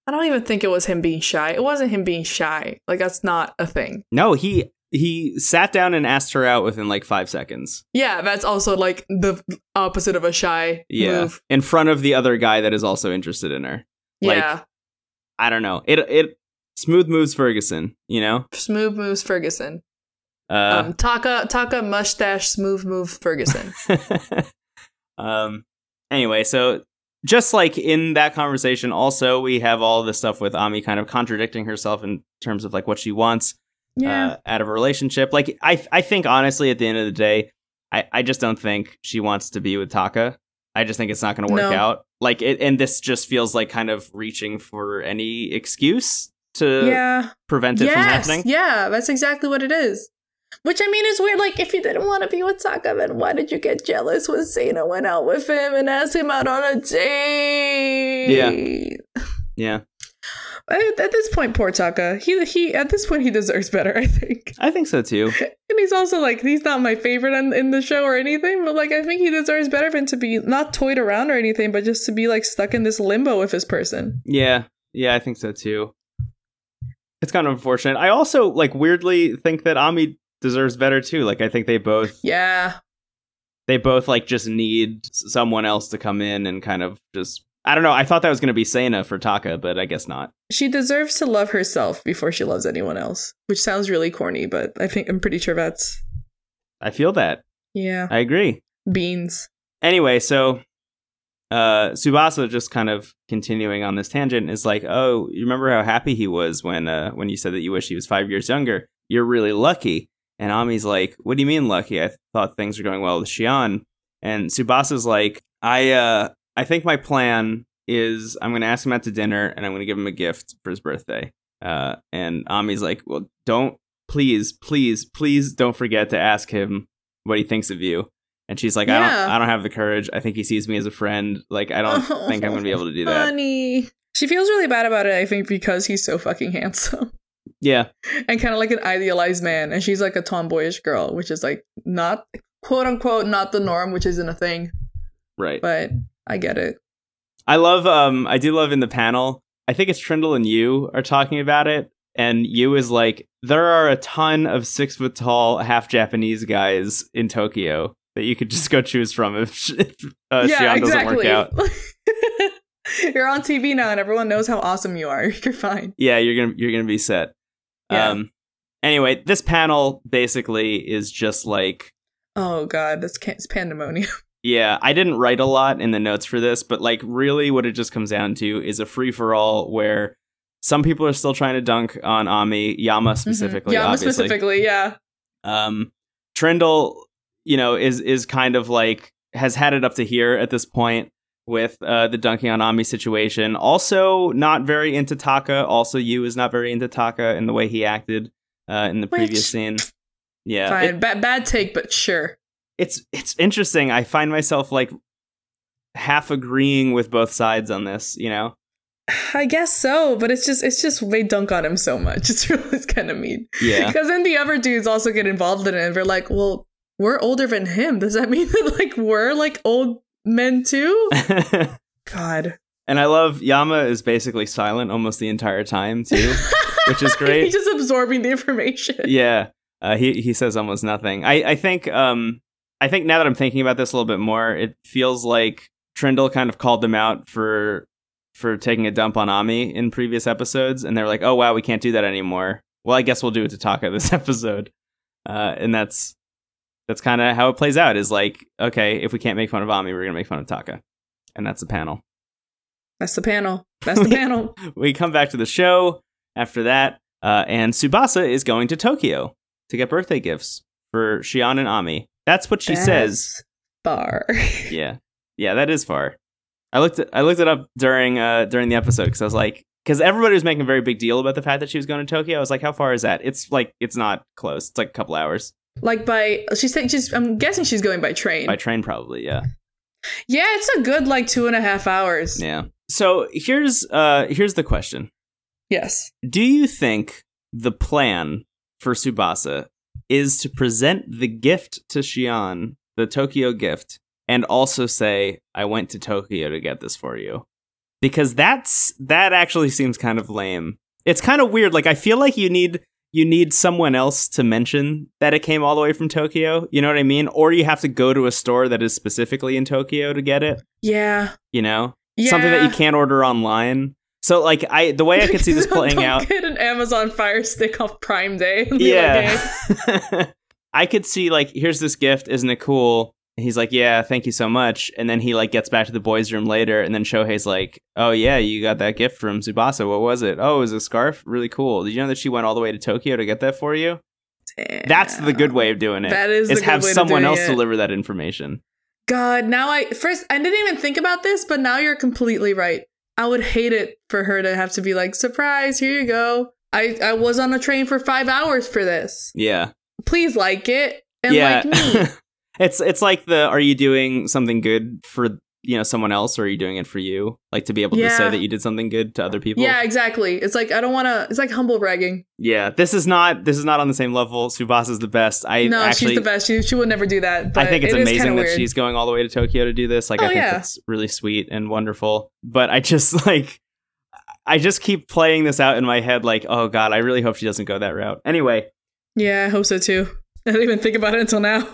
[SPEAKER 2] I don't even think it was him being shy. It wasn't him being shy. Like that's not a thing.
[SPEAKER 1] no he he sat down and asked her out within like five seconds
[SPEAKER 2] Yeah, that's also like the opposite of a shy
[SPEAKER 1] Yeah.
[SPEAKER 2] move.
[SPEAKER 1] In front of the other guy that is also interested in her. Like-
[SPEAKER 2] Yeah,
[SPEAKER 1] I don't know. It it smooth moves Ferguson, you know?
[SPEAKER 2] smooth moves Ferguson.
[SPEAKER 1] Uh
[SPEAKER 2] um, Taka Taka mustache smooth move Ferguson.
[SPEAKER 1] um anyway, so just like in that conversation also we have all the stuff with Ami kind of contradicting herself in terms of like what she wants uh, out of a relationship. Like I I think honestly at the end of the day, I, I just don't think she wants to be with Taka. I just think it's not going to work
[SPEAKER 2] No.
[SPEAKER 1] out. Like it, and this just feels like kind of reaching for any excuse to
[SPEAKER 2] yeah.
[SPEAKER 1] prevent it from
[SPEAKER 2] Yes.
[SPEAKER 1] happening.
[SPEAKER 2] Yeah, that's exactly what it is. Which I mean is weird. Like, if you didn't want to be with Taka, then why did you get jealous when Cena went out with him and asked him out on a date?
[SPEAKER 1] Yeah.
[SPEAKER 2] At, at this point, poor Taka. He he. At this point, he deserves better. I think.
[SPEAKER 1] I think so too.
[SPEAKER 2] And he's also like he's not my favorite on, in the show or anything, but like I think he deserves better than to be not toyed around or anything, but just to be like stuck in this limbo with his person.
[SPEAKER 1] Yeah. Yeah, I think so too. It's kind of unfortunate. I also like weirdly think that Ami deserves better too. Like I think they both
[SPEAKER 2] Yeah.
[SPEAKER 1] they both like just need s- someone else to come in and kind of just I don't know. I thought that was going to be Sana for Taka, but I guess not.
[SPEAKER 2] She deserves to love herself before she loves anyone else, which sounds really corny, but I think I'm pretty sure that's
[SPEAKER 1] I feel that.
[SPEAKER 2] yeah,
[SPEAKER 1] I agree.
[SPEAKER 2] beans.
[SPEAKER 1] anyway, so uh Subasa just kind of continuing on this tangent is like, "Oh, you remember how happy he was when uh when you said that you wish he was 5 years younger? You're really lucky." And Ami's like, "What do you mean lucky? I thought things were going well with Shion." And Subasa's like, "I uh I think my plan is I'm going to ask him out to dinner and I'm going to give him a gift for his birthday." Uh and Ami's like, "Well, don't please, please, please don't forget to ask him what he thinks of you." And she's like, "I don't
[SPEAKER 2] Yeah.
[SPEAKER 1] I don't have the courage. I think he sees me as a friend. Like I don't think I'm going to be able to do that."
[SPEAKER 2] Honey. She feels really bad about it, I think, because he's so fucking handsome
[SPEAKER 1] Yeah.
[SPEAKER 2] and kind of like an idealized man. And she's like a tomboyish girl, which is like not, quote unquote, not the norm, which isn't a thing,
[SPEAKER 1] Right.
[SPEAKER 2] but I get it.
[SPEAKER 1] I love um I do love in the panel. I think it's Trindle and you are talking about it and you is like there are a ton of 6 foot tall half Japanese guys in Tokyo that you could just go choose from if uh, Shion doesn't work out.
[SPEAKER 2] You're on TV now, and everyone knows how awesome you are. You're fine.
[SPEAKER 1] Yeah, you're going to you're going to be set.
[SPEAKER 2] Yeah.
[SPEAKER 1] Um anyway, this panel basically is just like
[SPEAKER 2] Oh god, that's ca- it's pandemonium.
[SPEAKER 1] Yeah, I didn't write a lot in the notes for this, but like really what it just comes down to is a free for all where some people are still trying to dunk on Ami, Yama specifically,
[SPEAKER 2] yeah,
[SPEAKER 1] obviously.
[SPEAKER 2] Mm-hmm. specifically, yeah.
[SPEAKER 1] Um Trindle, you know, is is kind of like has had it up to here at this point with uh the dunking on Ami situation. Also not very into Taka. Also you is not very into Taka in the way he acted uh in the previous
[SPEAKER 2] Which-
[SPEAKER 1] scene. Yeah. it-
[SPEAKER 2] Fine, bad bad take, but sure.
[SPEAKER 1] it's it's interesting. I find myself like half agreeing with both sides on this, you know.
[SPEAKER 2] I guess so, but it's just it's just they dunk on him so much. It's really it's kind of mean. Because then the other dudes also get involved in it, and they're like, "Well, we're older than him. Does that mean that like we're like old men too?" God,
[SPEAKER 1] and I love Yama is basically silent almost the entire time too, which is
[SPEAKER 2] He's
[SPEAKER 1] great.
[SPEAKER 2] just absorbing the information.
[SPEAKER 1] Yeah. Uh, he he says almost nothing. I I think um I think now that I'm thinking about this a little bit more, it feels like Trindle kind of called them out for for taking a dump on Ami in previous episodes, and they're like, "Oh wow, we can't do that anymore." Well, I guess we'll do it to Taka this episode, uh, and that's that's kind of how it plays out. Is like, okay, if we can't make fun of Ami, we're gonna make fun of Taka, and that's the panel.
[SPEAKER 2] That's the panel. That's the panel.
[SPEAKER 1] We come back to the show after that, uh, and Subasa is going to Tokyo to get birthday gifts for Shion and Ami. That's what she
[SPEAKER 2] That's
[SPEAKER 1] says.
[SPEAKER 2] Far.
[SPEAKER 1] Yeah, yeah, that is far. I looked it, I looked it up during uh, during the episode because I was like, because everybody was making a very big deal about the fact that she was going to Tokyo. I was like, how far is that? It's like it's not close. It's like a couple hours
[SPEAKER 2] Like by she's saying she's I'm guessing she's going by train.
[SPEAKER 1] by train, probably. Yeah.
[SPEAKER 2] yeah, it's a good like two and a half hours.
[SPEAKER 1] Yeah. So here's uh here's the question:
[SPEAKER 2] Yes.
[SPEAKER 1] Do you think the plan for Subasa is to present the gift to Shion, the Tokyo gift, and also say, "I went to Tokyo to get this for you"? Because that's that actually seems kind of lame. It's kind of weird. Like I feel like you need you need someone else to mention that it came all the way from Tokyo. You know what I mean? Or you have to go to a store that is specifically in Tokyo to get it.
[SPEAKER 2] Yeah.
[SPEAKER 1] You know,
[SPEAKER 2] Yeah.
[SPEAKER 1] something that you can't order online. So like I, the way I could see this playing
[SPEAKER 2] Don't
[SPEAKER 1] out
[SPEAKER 2] Get an Amazon Fire Stick off Prime Day. and be like,
[SPEAKER 1] yeah.
[SPEAKER 2] "Hey."
[SPEAKER 1] I could see like, here's this gift, isn't it cool? And he's like, yeah, thank you so much. And then he like gets back to the boys' room later, and then Shohei's like, oh yeah, you got that gift from Tsubasa. What was it? Oh, it was a scarf. Really cool. Did you know that she went all the way to Tokyo to get that for you? That's the good way of doing it.
[SPEAKER 2] That is
[SPEAKER 1] is
[SPEAKER 2] the good
[SPEAKER 1] have
[SPEAKER 2] way to
[SPEAKER 1] someone
[SPEAKER 2] doing
[SPEAKER 1] else
[SPEAKER 2] it.
[SPEAKER 1] deliver that information.
[SPEAKER 2] God, now I first I didn't even think about this, but now you're completely right. I would hate it for her to have to be like, surprise, here you go. I, I was on a train for five hours for this.
[SPEAKER 1] Yeah,
[SPEAKER 2] please like it and like me.
[SPEAKER 1] it's it's like the are you doing something good for you know someone else or are you doing it for you? Like to be able to say
[SPEAKER 2] Yeah.
[SPEAKER 1] that you did something good to other people.
[SPEAKER 2] yeah, exactly. It's like I don't want to. It's like humble bragging.
[SPEAKER 1] Yeah. This is not this is not on the same level. Subasa's the best. I
[SPEAKER 2] no,
[SPEAKER 1] actually
[SPEAKER 2] she's the best. She she would never do that. But
[SPEAKER 1] I think it's
[SPEAKER 2] it is kinda
[SPEAKER 1] amazing that
[SPEAKER 2] weird.
[SPEAKER 1] she's going all the way to Tokyo to do this. Like, I
[SPEAKER 2] Oh,
[SPEAKER 1] think
[SPEAKER 2] yeah.
[SPEAKER 1] that's really sweet and wonderful. But I just like, I just keep playing this out in my head. Like, oh god, I really hope she doesn't go that route. Anyway,
[SPEAKER 2] Yeah, I hope so too. I didn't even think about it until now.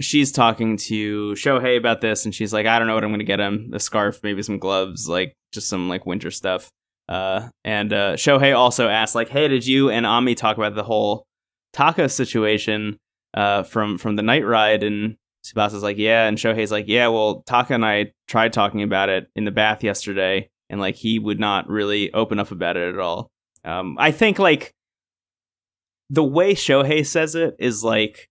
[SPEAKER 1] she's talking to Shohei about this, and she's like, I don't know what I'm gonna get him: a scarf, maybe some gloves, like just some like winter stuff. Uh, and uh, Shohei also asked, like, Hey, did you and Ami talk about the whole taco situation uh, from from the night ride? And Subasa's like, Yeah, and Shohei's like, Yeah, well, Taka and I tried talking about it in the bath yesterday, and like he would not really open up about it at all. Um, I think like the way Shohei says it is like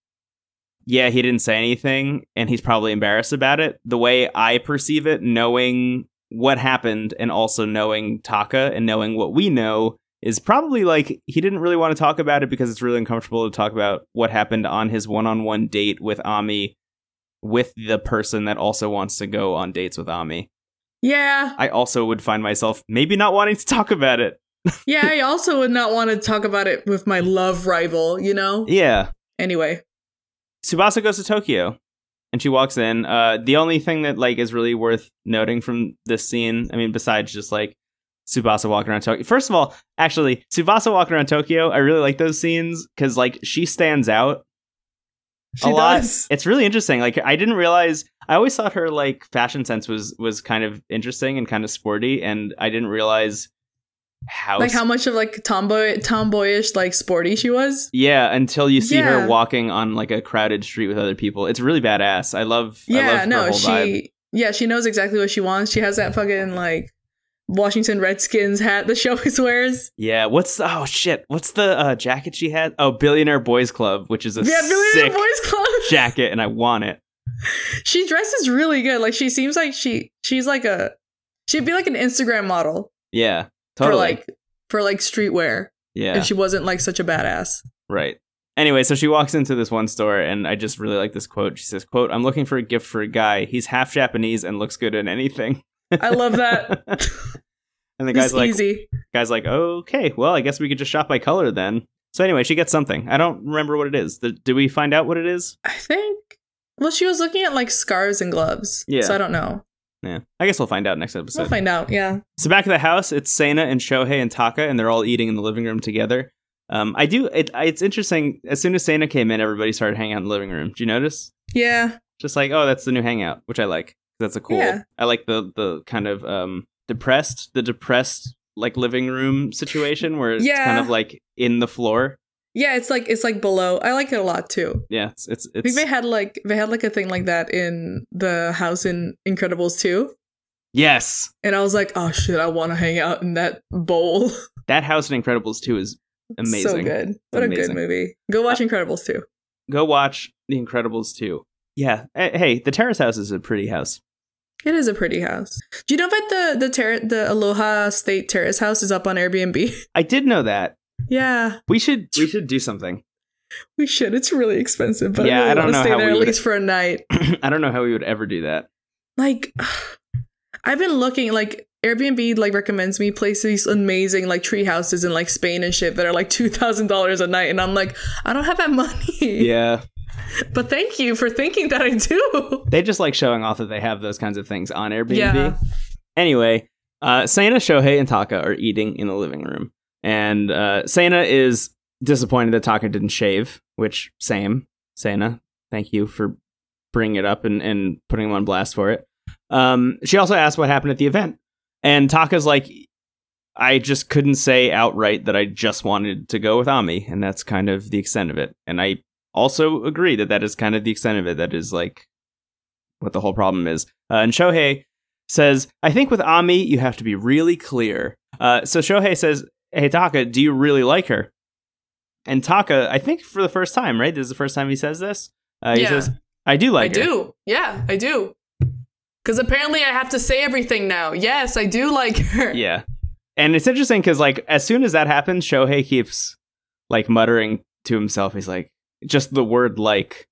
[SPEAKER 1] yeah, he didn't say anything and he's probably embarrassed about it. The way I perceive it, knowing what happened and also knowing Taka and knowing what we know is probably like he didn't really want to talk about it because it's really uncomfortable to talk about what happened on his one-on-one date with Ami with the person that also wants to go on dates with Ami.
[SPEAKER 2] Yeah,
[SPEAKER 1] I also would find myself maybe not wanting to talk about it.
[SPEAKER 2] yeah. I also would not want to talk about it with my love rival. You know.
[SPEAKER 1] Yeah.
[SPEAKER 2] Anyway,
[SPEAKER 1] Tsubasa goes to Tokyo and she walks in. Uh, the only thing that like is really worth noting from this scene, I mean, besides just like Tsubasa walking around Tokyo. First of all, actually, Tsubasa walking around Tokyo, I really like those scenes because like she stands out
[SPEAKER 2] she
[SPEAKER 1] a lot.
[SPEAKER 2] does.
[SPEAKER 1] It's really interesting. Like I didn't realize I always thought her like fashion sense was was kind of interesting and kind of sporty, and I didn't realize how
[SPEAKER 2] Like how much of like tomboy, tomboyish, like sporty she was.
[SPEAKER 1] Yeah, until you see her
[SPEAKER 2] Yeah.
[SPEAKER 1] walking on like a crowded street with other people. It's really badass. I love I love
[SPEAKER 2] Yeah,
[SPEAKER 1] her
[SPEAKER 2] no,
[SPEAKER 1] whole
[SPEAKER 2] she
[SPEAKER 1] vibe.
[SPEAKER 2] yeah, she knows exactly what she wants. She has that fucking like Washington Redskins hat that she always wears.
[SPEAKER 1] Yeah, what's the, oh shit? What's the uh, jacket she had? Oh, Billionaire Boys Club, which is a
[SPEAKER 2] yeah, Billionaire
[SPEAKER 1] sick
[SPEAKER 2] Boys Club.
[SPEAKER 1] jacket, and I want it.
[SPEAKER 2] She dresses really good. Like she seems like she she's like a she'd be like an Instagram model
[SPEAKER 1] Yeah, totally.
[SPEAKER 2] for like for like streetwear
[SPEAKER 1] yeah,
[SPEAKER 2] if she wasn't like such a badass.
[SPEAKER 1] right. Anyway, so she walks into this one store, and I just really like this quote. She says, "quote I'm looking for a gift for a guy. He's half Japanese and looks good in anything."
[SPEAKER 2] I love that.
[SPEAKER 1] And the
[SPEAKER 2] It's
[SPEAKER 1] guy's like,
[SPEAKER 2] easy.
[SPEAKER 1] guy's like, "Okay, well, I guess we could just shop by color then." So anyway, she gets something. I don't remember what it is. Th- did we find out what it is?
[SPEAKER 2] I think well, she was looking at like scarves and gloves.
[SPEAKER 1] Yeah.
[SPEAKER 2] So I don't know.
[SPEAKER 1] Yeah, I guess we'll find out next episode.
[SPEAKER 2] We'll find out. Yeah.
[SPEAKER 1] So back at the house, it's Sana and Shohei and Taka, and they're all eating in the living room together. Um, I do. It, I- it's interesting. As soon as Sana came in, everybody started hanging out in the living room. Do you notice?
[SPEAKER 2] Yeah.
[SPEAKER 1] Just like, oh, that's the new hangout, which I like. That's a cool.
[SPEAKER 2] Yeah.
[SPEAKER 1] I like the the kind of um depressed, the depressed like living room situation where it's
[SPEAKER 2] Yeah.
[SPEAKER 1] kind of like in the floor.
[SPEAKER 2] Yeah, it's like it's like below. I like it a lot too.
[SPEAKER 1] Yeah, it's it's
[SPEAKER 2] I think
[SPEAKER 1] it's
[SPEAKER 2] they had like they had like a thing like that in the house in Incredibles 2.
[SPEAKER 1] yes.
[SPEAKER 2] And I was like, oh shit, I want to hang out in that bowl.
[SPEAKER 1] That house in Incredibles two is amazing.
[SPEAKER 2] so good. What a
[SPEAKER 1] Amazing.
[SPEAKER 2] good movie. Go watch Incredibles 2.
[SPEAKER 1] Go watch The Incredibles two. Yeah. Eh, Hey, the terrace house is a pretty house.
[SPEAKER 2] It is a pretty house. Do you know that the the ter- the Aloha State Terrace house is up on Airbnb?
[SPEAKER 1] I did know that.
[SPEAKER 2] yeah,
[SPEAKER 1] We should we should do something.
[SPEAKER 2] we should. It's really expensive, but
[SPEAKER 1] Yeah,
[SPEAKER 2] I, really
[SPEAKER 1] I don't
[SPEAKER 2] want to
[SPEAKER 1] know
[SPEAKER 2] stay
[SPEAKER 1] how
[SPEAKER 2] there
[SPEAKER 1] we
[SPEAKER 2] at
[SPEAKER 1] would-
[SPEAKER 2] least for a night.
[SPEAKER 1] I don't know how we would ever do that.
[SPEAKER 2] like I've been looking like Airbnb like recommends me places amazing like tree houses in like Spain and shit that are like two thousand dollars a night and I'm like I don't have that money
[SPEAKER 1] Yeah.
[SPEAKER 2] but thank you for thinking that I do
[SPEAKER 1] They just like showing off that they have those kinds of things on Airbnb.
[SPEAKER 2] Yeah.
[SPEAKER 1] Anyway, uh Sana, Shohei, and Taka are eating in the living room. And uh Sana is disappointed that Taka didn't shave, which same. Sana, thank you for bringing it up and, and putting him on blast for it. Um she also asked what happened at the event. And Taka's like I just couldn't say outright that I just wanted to go with Ami, and that's kind of the extent of it. And I also agree that that is kind of the extent of it. That is like what the whole problem is. Uh, and Shohei says, I think with Ami, you have to be really clear. Uh, so Shohei says, Hey, Taka, do you really like her? And Taka, I think for the first time, right? This is the first time he says this. Uh, he
[SPEAKER 2] Yeah.
[SPEAKER 1] says, I do like her.
[SPEAKER 2] do yeah I do because apparently I have to say everything now yes I do like her
[SPEAKER 1] Yeah. And it's interesting because, like, as soon as that happens, Shohei keeps, like, muttering to himself. He's like, just the word like,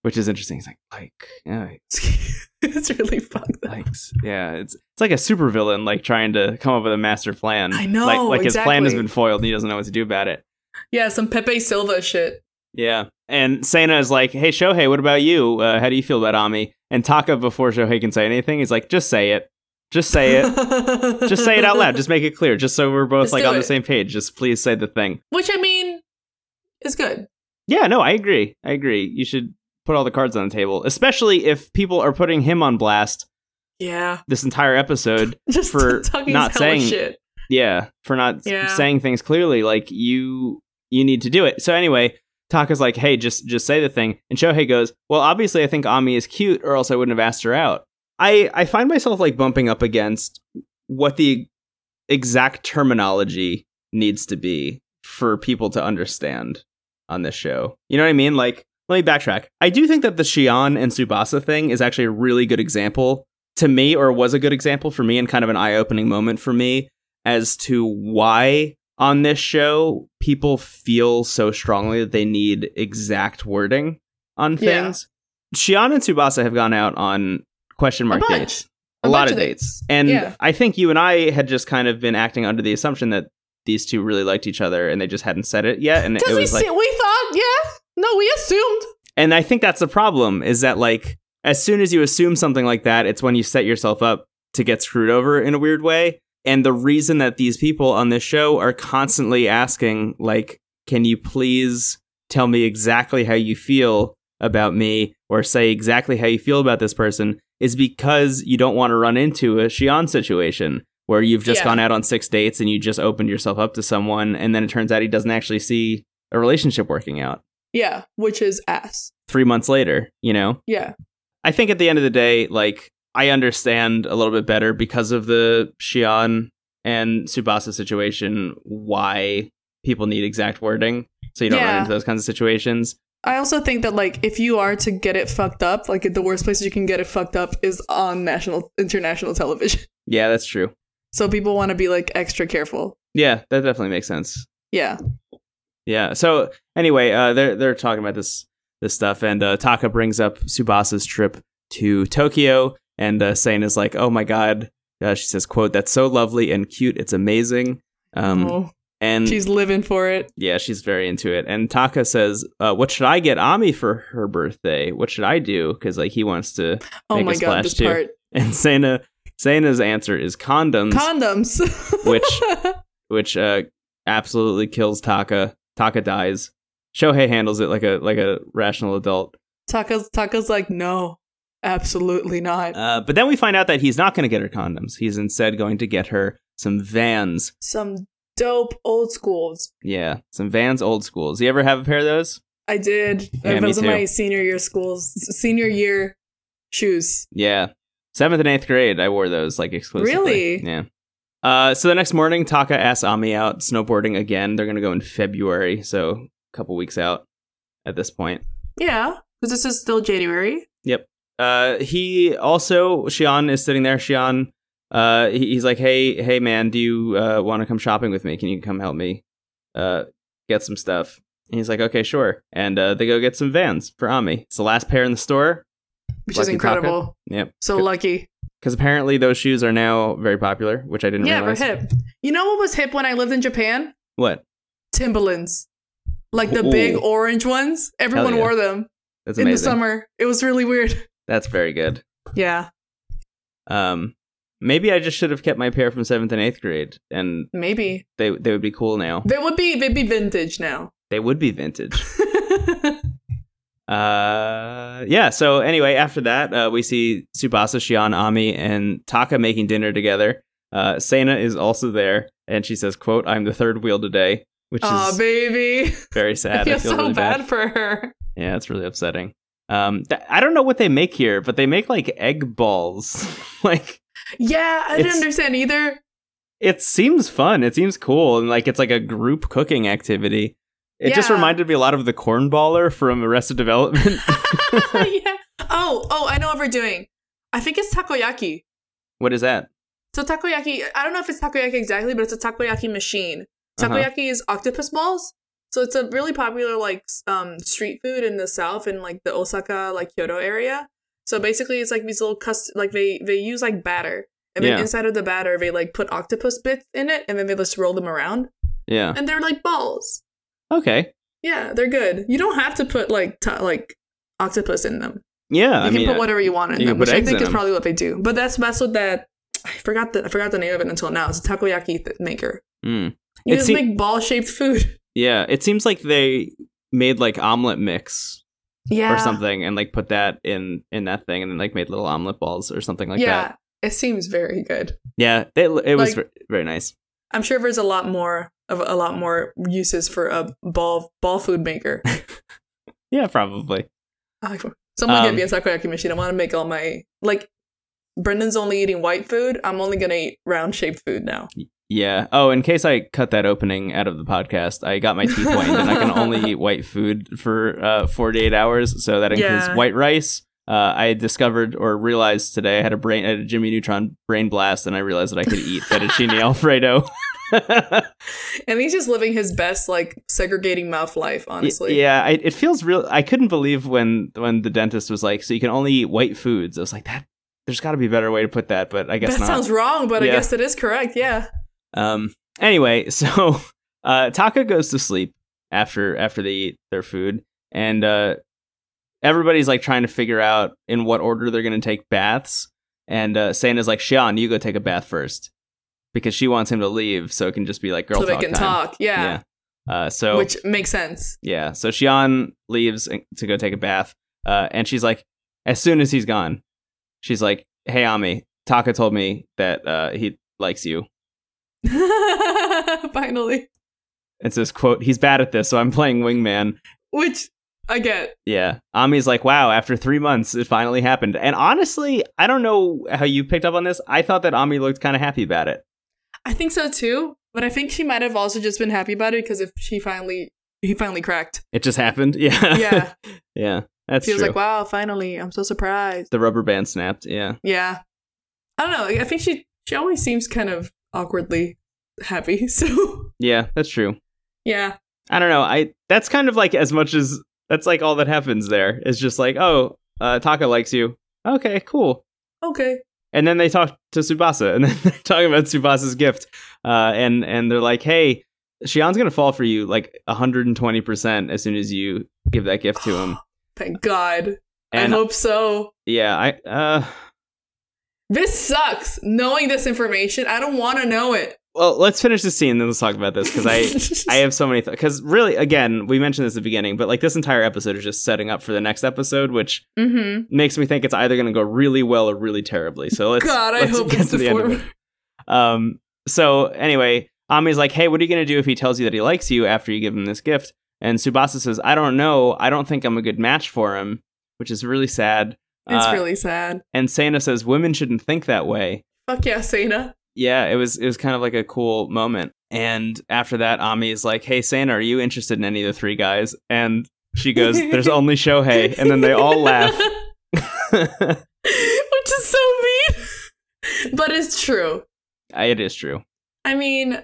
[SPEAKER 1] which is interesting. He's like, like, yeah,
[SPEAKER 2] it's really fucked up.
[SPEAKER 1] likes. Yeah, it's it's like a supervillain like trying to come up with a master plan.
[SPEAKER 2] I know,
[SPEAKER 1] Like, like his plan has
[SPEAKER 2] exactly.
[SPEAKER 1] been foiled and he doesn't know what to do about it.
[SPEAKER 2] Yeah, some Pepe Silva shit.
[SPEAKER 1] Yeah. And Sena is like, "Hey Shohei, what about you? Uh, how do you feel about Ami?" And Taka before Shohei can say anything, he's like, "Just say it. Just say it. just say it out loud. Just make it clear. Just so we're both
[SPEAKER 2] Just
[SPEAKER 1] like
[SPEAKER 2] do
[SPEAKER 1] on
[SPEAKER 2] it.
[SPEAKER 1] the same page. Just please say the thing."
[SPEAKER 2] Which I mean is good.
[SPEAKER 1] Yeah, no, I agree. I agree. You should put all the cards on the table, especially if people are putting him on blast
[SPEAKER 2] Yeah.
[SPEAKER 1] this entire episode.
[SPEAKER 2] Just
[SPEAKER 1] For
[SPEAKER 2] talking
[SPEAKER 1] not
[SPEAKER 2] hella
[SPEAKER 1] saying-
[SPEAKER 2] shit.
[SPEAKER 1] Yeah, for not s-
[SPEAKER 2] Yeah.
[SPEAKER 1] saying things clearly. Like you, you need to do it. So anyway, Taka's like, "Hey, just just say the thing," and Shohei goes, "Well, obviously, I think Ami is cute, or else I wouldn't have asked her out." I I find myself like bumping up against what the exact terminology needs to be for people to understand on this show. You know what I mean? Like, let me backtrack. I do think that the Shion and Subasa thing is actually a really good example to me, or was a good example for me, and kind of an eye opening moment for me as to why on this show people feel so strongly that they need exact wording on
[SPEAKER 2] Yeah.
[SPEAKER 1] things. Shion and Subasa have gone out on question mark
[SPEAKER 2] bunch.
[SPEAKER 1] dates. A,
[SPEAKER 2] A
[SPEAKER 1] lot
[SPEAKER 2] bunch
[SPEAKER 1] of,
[SPEAKER 2] of
[SPEAKER 1] dates.
[SPEAKER 2] dates.
[SPEAKER 1] And
[SPEAKER 2] Yeah.
[SPEAKER 1] I think you and I had just kind of been acting under the assumption that these two really liked each other and they just hadn't said it yet. And it
[SPEAKER 2] Because we
[SPEAKER 1] was like
[SPEAKER 2] see- we thought, yeah. No, we assumed.
[SPEAKER 1] and I think that's the problem is that like as soon as you assume something like that, it's when you set yourself up to get screwed over in a weird way. And the reason that these people on this show are constantly asking like can you please tell me exactly how you feel about me or say exactly how you feel about this person is because you don't want to run into a Shion situation where you've just
[SPEAKER 2] Yeah.
[SPEAKER 1] gone out on six dates and you just opened yourself up to someone and then it turns out he doesn't actually see a relationship working out
[SPEAKER 2] Yeah, which is ass.
[SPEAKER 1] three months later, you know?
[SPEAKER 2] Yeah.
[SPEAKER 1] I think at the end of the day, like, I understand a little bit better because of the Shion and Subasa situation why people need exact wording so you don't
[SPEAKER 2] Yeah.
[SPEAKER 1] run into those kinds of situations.
[SPEAKER 2] I also think that like if you are to get it fucked up, like the worst places you can get it fucked up is on national international television.
[SPEAKER 1] Yeah, that's true.
[SPEAKER 2] So people want to be like extra careful.
[SPEAKER 1] Yeah, that definitely makes sense.
[SPEAKER 2] Yeah.
[SPEAKER 1] Yeah. So anyway, uh, they're they're talking about this this stuff, and uh, Taka brings up Subasa's trip to Tokyo, and uh, Sane is like, "Oh my god," uh, she says, "quote That's so lovely and cute. It's amazing." Um,
[SPEAKER 2] Oh,
[SPEAKER 1] and
[SPEAKER 2] she's living for it.
[SPEAKER 1] yeah, she's very into it. And Taka says, uh, "What should I get Ami for her birthday? What should I do?" Because like he wants to.
[SPEAKER 2] Oh
[SPEAKER 1] Make a
[SPEAKER 2] my god,
[SPEAKER 1] splash
[SPEAKER 2] this
[SPEAKER 1] too.
[SPEAKER 2] part.
[SPEAKER 1] And Sana, Sana's answer is condoms,
[SPEAKER 2] Condoms.
[SPEAKER 1] which which uh, absolutely kills Taka. Taka dies. Shohei handles it like a like a rational adult.
[SPEAKER 2] Taka's Taka's like, no, absolutely not.
[SPEAKER 1] Uh, but then we find out that he's not going to get her condoms. He's instead going to get her some Vans.
[SPEAKER 2] Some dope old schools.
[SPEAKER 1] Yeah, some Vans old schools. You ever have a pair of those?
[SPEAKER 2] I did.
[SPEAKER 1] Yeah, me
[SPEAKER 2] those
[SPEAKER 1] too.
[SPEAKER 2] are my senior year schools. s- Senior year shoes.
[SPEAKER 1] Yeah. Seventh and eighth grade, I wore those like exclusively.
[SPEAKER 2] Really?
[SPEAKER 1] Yeah. Uh, so the next morning, Taka asks Ami out snowboarding again. They're going to go in February, so a couple weeks out at this point.
[SPEAKER 2] Yeah. Because this is still January.
[SPEAKER 1] Uh, he also, Shion is sitting there. Shion, uh, he- he's like, hey, hey, man, do you uh, want to come shopping with me? Can you come help me uh, get some stuff? And he's like, okay, sure. And uh, they go get some vans for Ami. It's the last pair in the store.
[SPEAKER 2] Which is
[SPEAKER 1] Lucky Taka.
[SPEAKER 2] incredible.
[SPEAKER 1] Yep.
[SPEAKER 2] So lucky.
[SPEAKER 1] Because apparently those shoes are now very popular, which I didn't
[SPEAKER 2] Yeah, we're
[SPEAKER 1] realize.
[SPEAKER 2] hip. You know what was hip when I lived in Japan?
[SPEAKER 1] What?
[SPEAKER 2] Timberlands. Like the big
[SPEAKER 1] Ooh.
[SPEAKER 2] orange ones. Everyone
[SPEAKER 1] yeah.
[SPEAKER 2] wore them
[SPEAKER 1] That's
[SPEAKER 2] in
[SPEAKER 1] amazing.
[SPEAKER 2] the summer. It was really weird.
[SPEAKER 1] That's very good.
[SPEAKER 2] Yeah.
[SPEAKER 1] Um, maybe I just should have kept my pair from seventh and eighth grade, and
[SPEAKER 2] Maybe.
[SPEAKER 1] they they would be cool now.
[SPEAKER 2] They would be they'd be vintage now.
[SPEAKER 1] They would be vintage. Uh, yeah. So anyway, after that, uh, we see Subasa, Shion, Ami, and Taka making dinner together. Uh, Sana is also there, and she says, "quote I'm the third wheel today," which
[SPEAKER 2] Aw,
[SPEAKER 1] is
[SPEAKER 2] baby.
[SPEAKER 1] very sad.
[SPEAKER 2] I feel, so
[SPEAKER 1] really
[SPEAKER 2] bad. for her.
[SPEAKER 1] Yeah, it's really upsetting. Um, th- I don't know what they make here, but they make like egg balls. like
[SPEAKER 2] Yeah, I didn't
[SPEAKER 1] It's-
[SPEAKER 2] understand either.
[SPEAKER 1] it seems fun. It seems cool, and like it's like a group cooking activity. It just
[SPEAKER 2] Yeah.
[SPEAKER 1] reminded me a lot of the cornballer from Arrested Development.
[SPEAKER 2] yeah. Oh, oh, I know what we're doing. I think it's takoyaki.
[SPEAKER 1] what is that?
[SPEAKER 2] So takoyaki, I don't know if it's takoyaki exactly, but it's a takoyaki machine.
[SPEAKER 1] Uh-huh.
[SPEAKER 2] Takoyaki is octopus balls, So it's a really popular like s- um, street food in the south in like the Osaka like Kyoto area. So basically, it's like these little cust like they they use like batter, and then
[SPEAKER 1] Yeah.
[SPEAKER 2] inside of the batter they like put octopus bits in it, and then they just roll them around,
[SPEAKER 1] Yeah.
[SPEAKER 2] and they're like balls.
[SPEAKER 1] Okay.
[SPEAKER 2] Yeah, they're good. You don't have to put like t- like octopus in them.
[SPEAKER 1] Yeah. I
[SPEAKER 2] You can
[SPEAKER 1] mean, uh,
[SPEAKER 2] put whatever you want in
[SPEAKER 1] you can
[SPEAKER 2] them,
[SPEAKER 1] put
[SPEAKER 2] which I
[SPEAKER 1] eggs
[SPEAKER 2] think
[SPEAKER 1] in
[SPEAKER 2] is
[SPEAKER 1] them.
[SPEAKER 2] probably what they do. But that's that's what that I forgot the I forgot the name of it until now. It's a takoyaki th- maker.
[SPEAKER 1] Mm.
[SPEAKER 2] You
[SPEAKER 1] It
[SPEAKER 2] just
[SPEAKER 1] se-
[SPEAKER 2] make ball shaped food.
[SPEAKER 1] yeah. It seems like they made like omelet mix
[SPEAKER 2] Yeah.
[SPEAKER 1] or something, and like put that in in that thing, and then like made little omelet balls or something like
[SPEAKER 2] yeah.
[SPEAKER 1] that.
[SPEAKER 2] It seems very good.
[SPEAKER 1] Yeah. It, it was
[SPEAKER 2] Like-
[SPEAKER 1] ver- very nice.
[SPEAKER 2] I'm sure there's a lot more of a lot more uses for a ball ball food maker.
[SPEAKER 1] Yeah, probably.
[SPEAKER 2] I- Someone
[SPEAKER 1] Um,
[SPEAKER 2] get me a takoyaki machine. I want to make all my like Brendan's only eating white food. I'm only gonna eat round shaped food now.
[SPEAKER 1] Yeah. Oh, in case I cut that opening out of the podcast, I got my teeth whitened, and I can only eat white food for uh, 48 hours. So that includes
[SPEAKER 2] Yeah.
[SPEAKER 1] white rice. Uh, I discovered or realized today I had a brain, I had a Jimmy Neutron brain blast, and I realized that I could eat fettuccine alfredo.
[SPEAKER 2] And he's just living his best like segregating mouth life. Honestly,
[SPEAKER 1] yeah, I, it feels real. I couldn't believe when when the dentist was like, "So you can only eat white foods." I was like, "That there's got to be a better way to put that," but I guess
[SPEAKER 2] that
[SPEAKER 1] not.
[SPEAKER 2] sounds wrong, but I
[SPEAKER 1] Yeah.
[SPEAKER 2] guess it is correct. Yeah.
[SPEAKER 1] Um. Anyway, so uh, Taka goes to sleep after after they eat their food, and uh, everybody's like trying to figure out in what order they're going to take baths. And uh, Santa's like, "Sean, you go take a bath first, because she wants him to leave, so it can just be like girl
[SPEAKER 2] so
[SPEAKER 1] talk
[SPEAKER 2] they can
[SPEAKER 1] time."
[SPEAKER 2] talk. Yeah.
[SPEAKER 1] Uh, so
[SPEAKER 2] Which makes sense.
[SPEAKER 1] yeah, so Shion leaves and- to go take a bath, uh, and she's like, as soon as he's gone, she's like, "Hey, Ami, Taka told me that uh, he likes you."
[SPEAKER 2] Finally.
[SPEAKER 1] It says, quote, he's bad at this, so I'm playing wingman.
[SPEAKER 2] Which I get.
[SPEAKER 1] Yeah. Ami's like, wow, after three months, it finally happened. And honestly, I don't know how you picked up on this. I thought that Ami looked kind of happy about it.
[SPEAKER 2] I think so too. But I think she might have also just been happy about it because if she finally he finally cracked.
[SPEAKER 1] It just happened. Yeah.
[SPEAKER 2] Yeah.
[SPEAKER 1] yeah. That's
[SPEAKER 2] she was
[SPEAKER 1] true.
[SPEAKER 2] like, Wow, finally, I'm so surprised.
[SPEAKER 1] the rubber band snapped. Yeah.
[SPEAKER 2] Yeah. I don't know. I think she she always seems kind of awkwardly happy. So
[SPEAKER 1] Yeah. That's true.
[SPEAKER 2] yeah.
[SPEAKER 1] I don't know. I, that's kind of like as much as that's like all that happens there. It's just like, oh, uh, Taka likes you. Okay, cool.
[SPEAKER 2] Okay.
[SPEAKER 1] And then they talk to Subasa, and then they're talking about Subasa's gift, uh, and and they're like, "Hey, Shion's gonna fall for you like 120 percent as soon as you give that gift to him."
[SPEAKER 2] Thank God.
[SPEAKER 1] And
[SPEAKER 2] I hope so.
[SPEAKER 1] yeah, I uh,
[SPEAKER 2] This sucks. Knowing this information, I don't want to know it.
[SPEAKER 1] well, let's finish this scene, then let's talk about this because I I have so many thoughts. Because really, again, we mentioned this at the beginning, but like this entire episode is just setting up for the next episode, which
[SPEAKER 2] Mm-hmm.
[SPEAKER 1] makes me think it's either gonna go really well or really terribly. So let's
[SPEAKER 2] God, I
[SPEAKER 1] let's
[SPEAKER 2] hope
[SPEAKER 1] get
[SPEAKER 2] it's
[SPEAKER 1] to
[SPEAKER 2] the
[SPEAKER 1] the end of it.
[SPEAKER 2] former.
[SPEAKER 1] Um, so anyway, Ami's like, "Hey, what are you gonna do if he tells you that he likes you after you give him this gift?" And Subasa says, "I don't know. I don't think I'm a good match for him," which is really sad.
[SPEAKER 2] It's
[SPEAKER 1] Uh,
[SPEAKER 2] really sad.
[SPEAKER 1] and Sana says, "Women shouldn't think that way."
[SPEAKER 2] Fuck yeah, Sana.
[SPEAKER 1] Yeah, it was it was kind of like a cool moment. And after that, Ami is like, "Hey, Sana, are you interested in any of the three guys?" And she goes, "There's only Shohei," and then they all laugh.
[SPEAKER 2] Which is so mean. But it's true.
[SPEAKER 1] it is true.
[SPEAKER 2] I mean,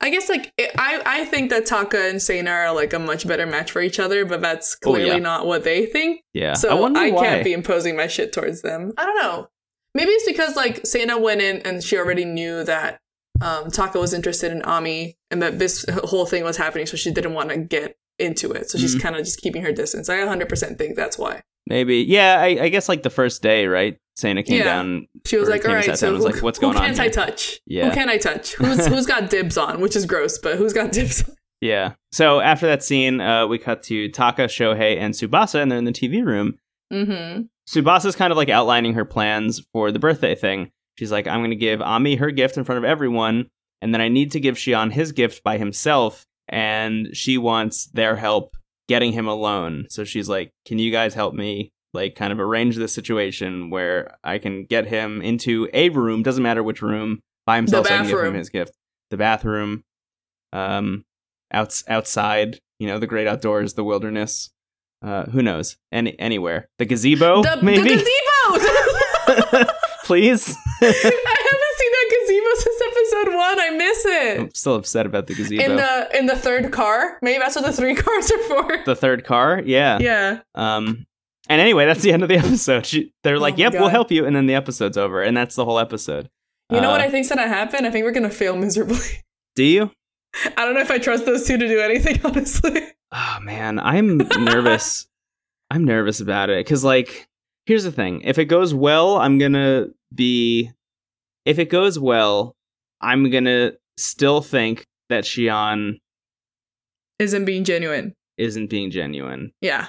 [SPEAKER 2] I guess like it, I I think that Taka and Sana are like a much better match for each other, but that's
[SPEAKER 1] Oh, yeah.
[SPEAKER 2] clearly not what they think.
[SPEAKER 1] Yeah, I
[SPEAKER 2] So
[SPEAKER 1] wonder
[SPEAKER 2] I,
[SPEAKER 1] why.
[SPEAKER 2] can't be imposing my shit towards them. I don't know. Maybe it's because like Sana went in and she already knew that um, Taka was interested in Ami and that this whole thing was happening, so she didn't want to get into it. So she's
[SPEAKER 1] Mhm.
[SPEAKER 2] kind of just keeping her distance. I 100% think that's why.
[SPEAKER 1] Maybe. Yeah, I, I guess like the first day, right? Sana came
[SPEAKER 2] Yeah.
[SPEAKER 1] down.
[SPEAKER 2] She was
[SPEAKER 1] Or
[SPEAKER 2] like,
[SPEAKER 1] came
[SPEAKER 2] "All
[SPEAKER 1] and
[SPEAKER 2] right,
[SPEAKER 1] sat down
[SPEAKER 2] so
[SPEAKER 1] and was
[SPEAKER 2] who,
[SPEAKER 1] like, what's
[SPEAKER 2] who
[SPEAKER 1] going on
[SPEAKER 2] can't I
[SPEAKER 1] here?"
[SPEAKER 2] touch?
[SPEAKER 1] Yeah.
[SPEAKER 2] Who can I touch? Who's who's got dibs on? Which is gross, but who's got dibs? on?
[SPEAKER 1] Yeah. So after that scene, uh, we cut to Taka, Shohei, and Subasa, and they're in the TV room.
[SPEAKER 2] Mm-hmm.
[SPEAKER 1] Subasa's kind of like outlining her plans for the birthday thing. She's like, I'm going to give Ami her gift in front of everyone, and then I need to give Shion his gift by himself, and she wants their help getting him alone. So she's like, Can you guys help me? Like, kind of arrange this situation where I can get him into a room, doesn't matter which room, by himself, so I can give him
[SPEAKER 2] bathroom.
[SPEAKER 1] his gift. The bathroom, um, outs- outside, you know, the great outdoors, the wilderness. Uh, who knows? Any anywhere. The gazebo,
[SPEAKER 2] the, the
[SPEAKER 1] Oh, maybe.
[SPEAKER 2] gazebo. I
[SPEAKER 1] Please.
[SPEAKER 2] haven't seen that gazebo since episode one. I I miss it?
[SPEAKER 1] I'm still upset about the gazebo.
[SPEAKER 2] In
[SPEAKER 1] the-,
[SPEAKER 2] the in the third car? Maybe that's what the three cars are for.
[SPEAKER 1] third car, yeah.
[SPEAKER 2] yeah.
[SPEAKER 1] Um, and anyway, that's the end of the episode. She, they're like,
[SPEAKER 2] Oh my
[SPEAKER 1] "Yep, we'll
[SPEAKER 2] God.
[SPEAKER 1] help you," and then the episode's over, and that's the whole episode.
[SPEAKER 2] You know
[SPEAKER 1] Uh,
[SPEAKER 2] what I think's gonna happen? I think we're gonna fail miserably.
[SPEAKER 1] do you?
[SPEAKER 2] I don't know if I trust those two to do anything, honestly.
[SPEAKER 1] Oh man, I'm nervous. I'm nervous about it because, like, here's the thing: if it goes well, I'm gonna be. If it goes well, I'm gonna still think that Shion
[SPEAKER 2] Isn't being genuine.
[SPEAKER 1] isn't being genuine,
[SPEAKER 2] Yeah.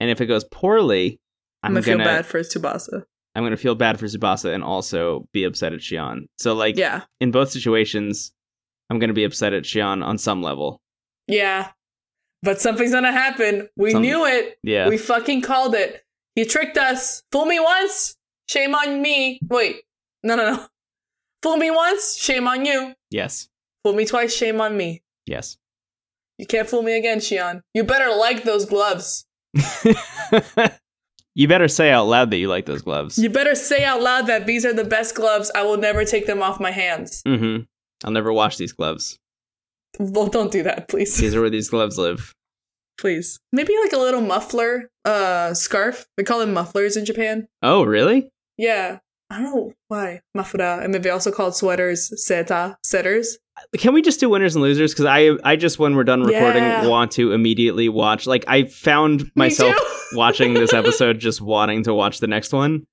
[SPEAKER 1] and if it goes poorly,
[SPEAKER 2] I'm
[SPEAKER 1] I'm,
[SPEAKER 2] gonna
[SPEAKER 1] gonna
[SPEAKER 2] feel bad for Tsubasa.
[SPEAKER 1] I'm gonna feel bad for Tsubasa and also be upset at Shion. So, like,
[SPEAKER 2] Yeah.
[SPEAKER 1] in both situations, I'm gonna be upset at Shion on some level.
[SPEAKER 2] Yeah. But something's gonna happen. We
[SPEAKER 1] Some-
[SPEAKER 2] knew it.
[SPEAKER 1] Yeah,
[SPEAKER 2] We fucking called it. He tricked us. Fool me once, shame on me. Wait, no, no, no. Fool me once, shame on you.
[SPEAKER 1] yes,
[SPEAKER 2] Fool me twice, shame on me.
[SPEAKER 1] yes.
[SPEAKER 2] You can't fool me again, Shion. You better like those gloves.
[SPEAKER 1] you better say out loud that you like those gloves.
[SPEAKER 2] You better say out loud that these are the best gloves. I will never take them off my hands.
[SPEAKER 1] Mm-hmm. I'll never wash these gloves.
[SPEAKER 2] Well, don't do that, please.
[SPEAKER 1] These are where these gloves live.
[SPEAKER 2] Please. Maybe like a little muffler, uh, scarf. They call them mufflers in Japan.
[SPEAKER 1] Oh, really?
[SPEAKER 2] Yeah. I don't know why. Mafura. And maybe also called sweaters, seta, setters.
[SPEAKER 1] Can we just do winners and losers? Because I, I just when we're done recording,
[SPEAKER 2] Yeah.
[SPEAKER 1] want to immediately watch. Like I found myself
[SPEAKER 2] Me too.
[SPEAKER 1] watching this episode, just wanting to watch the next one.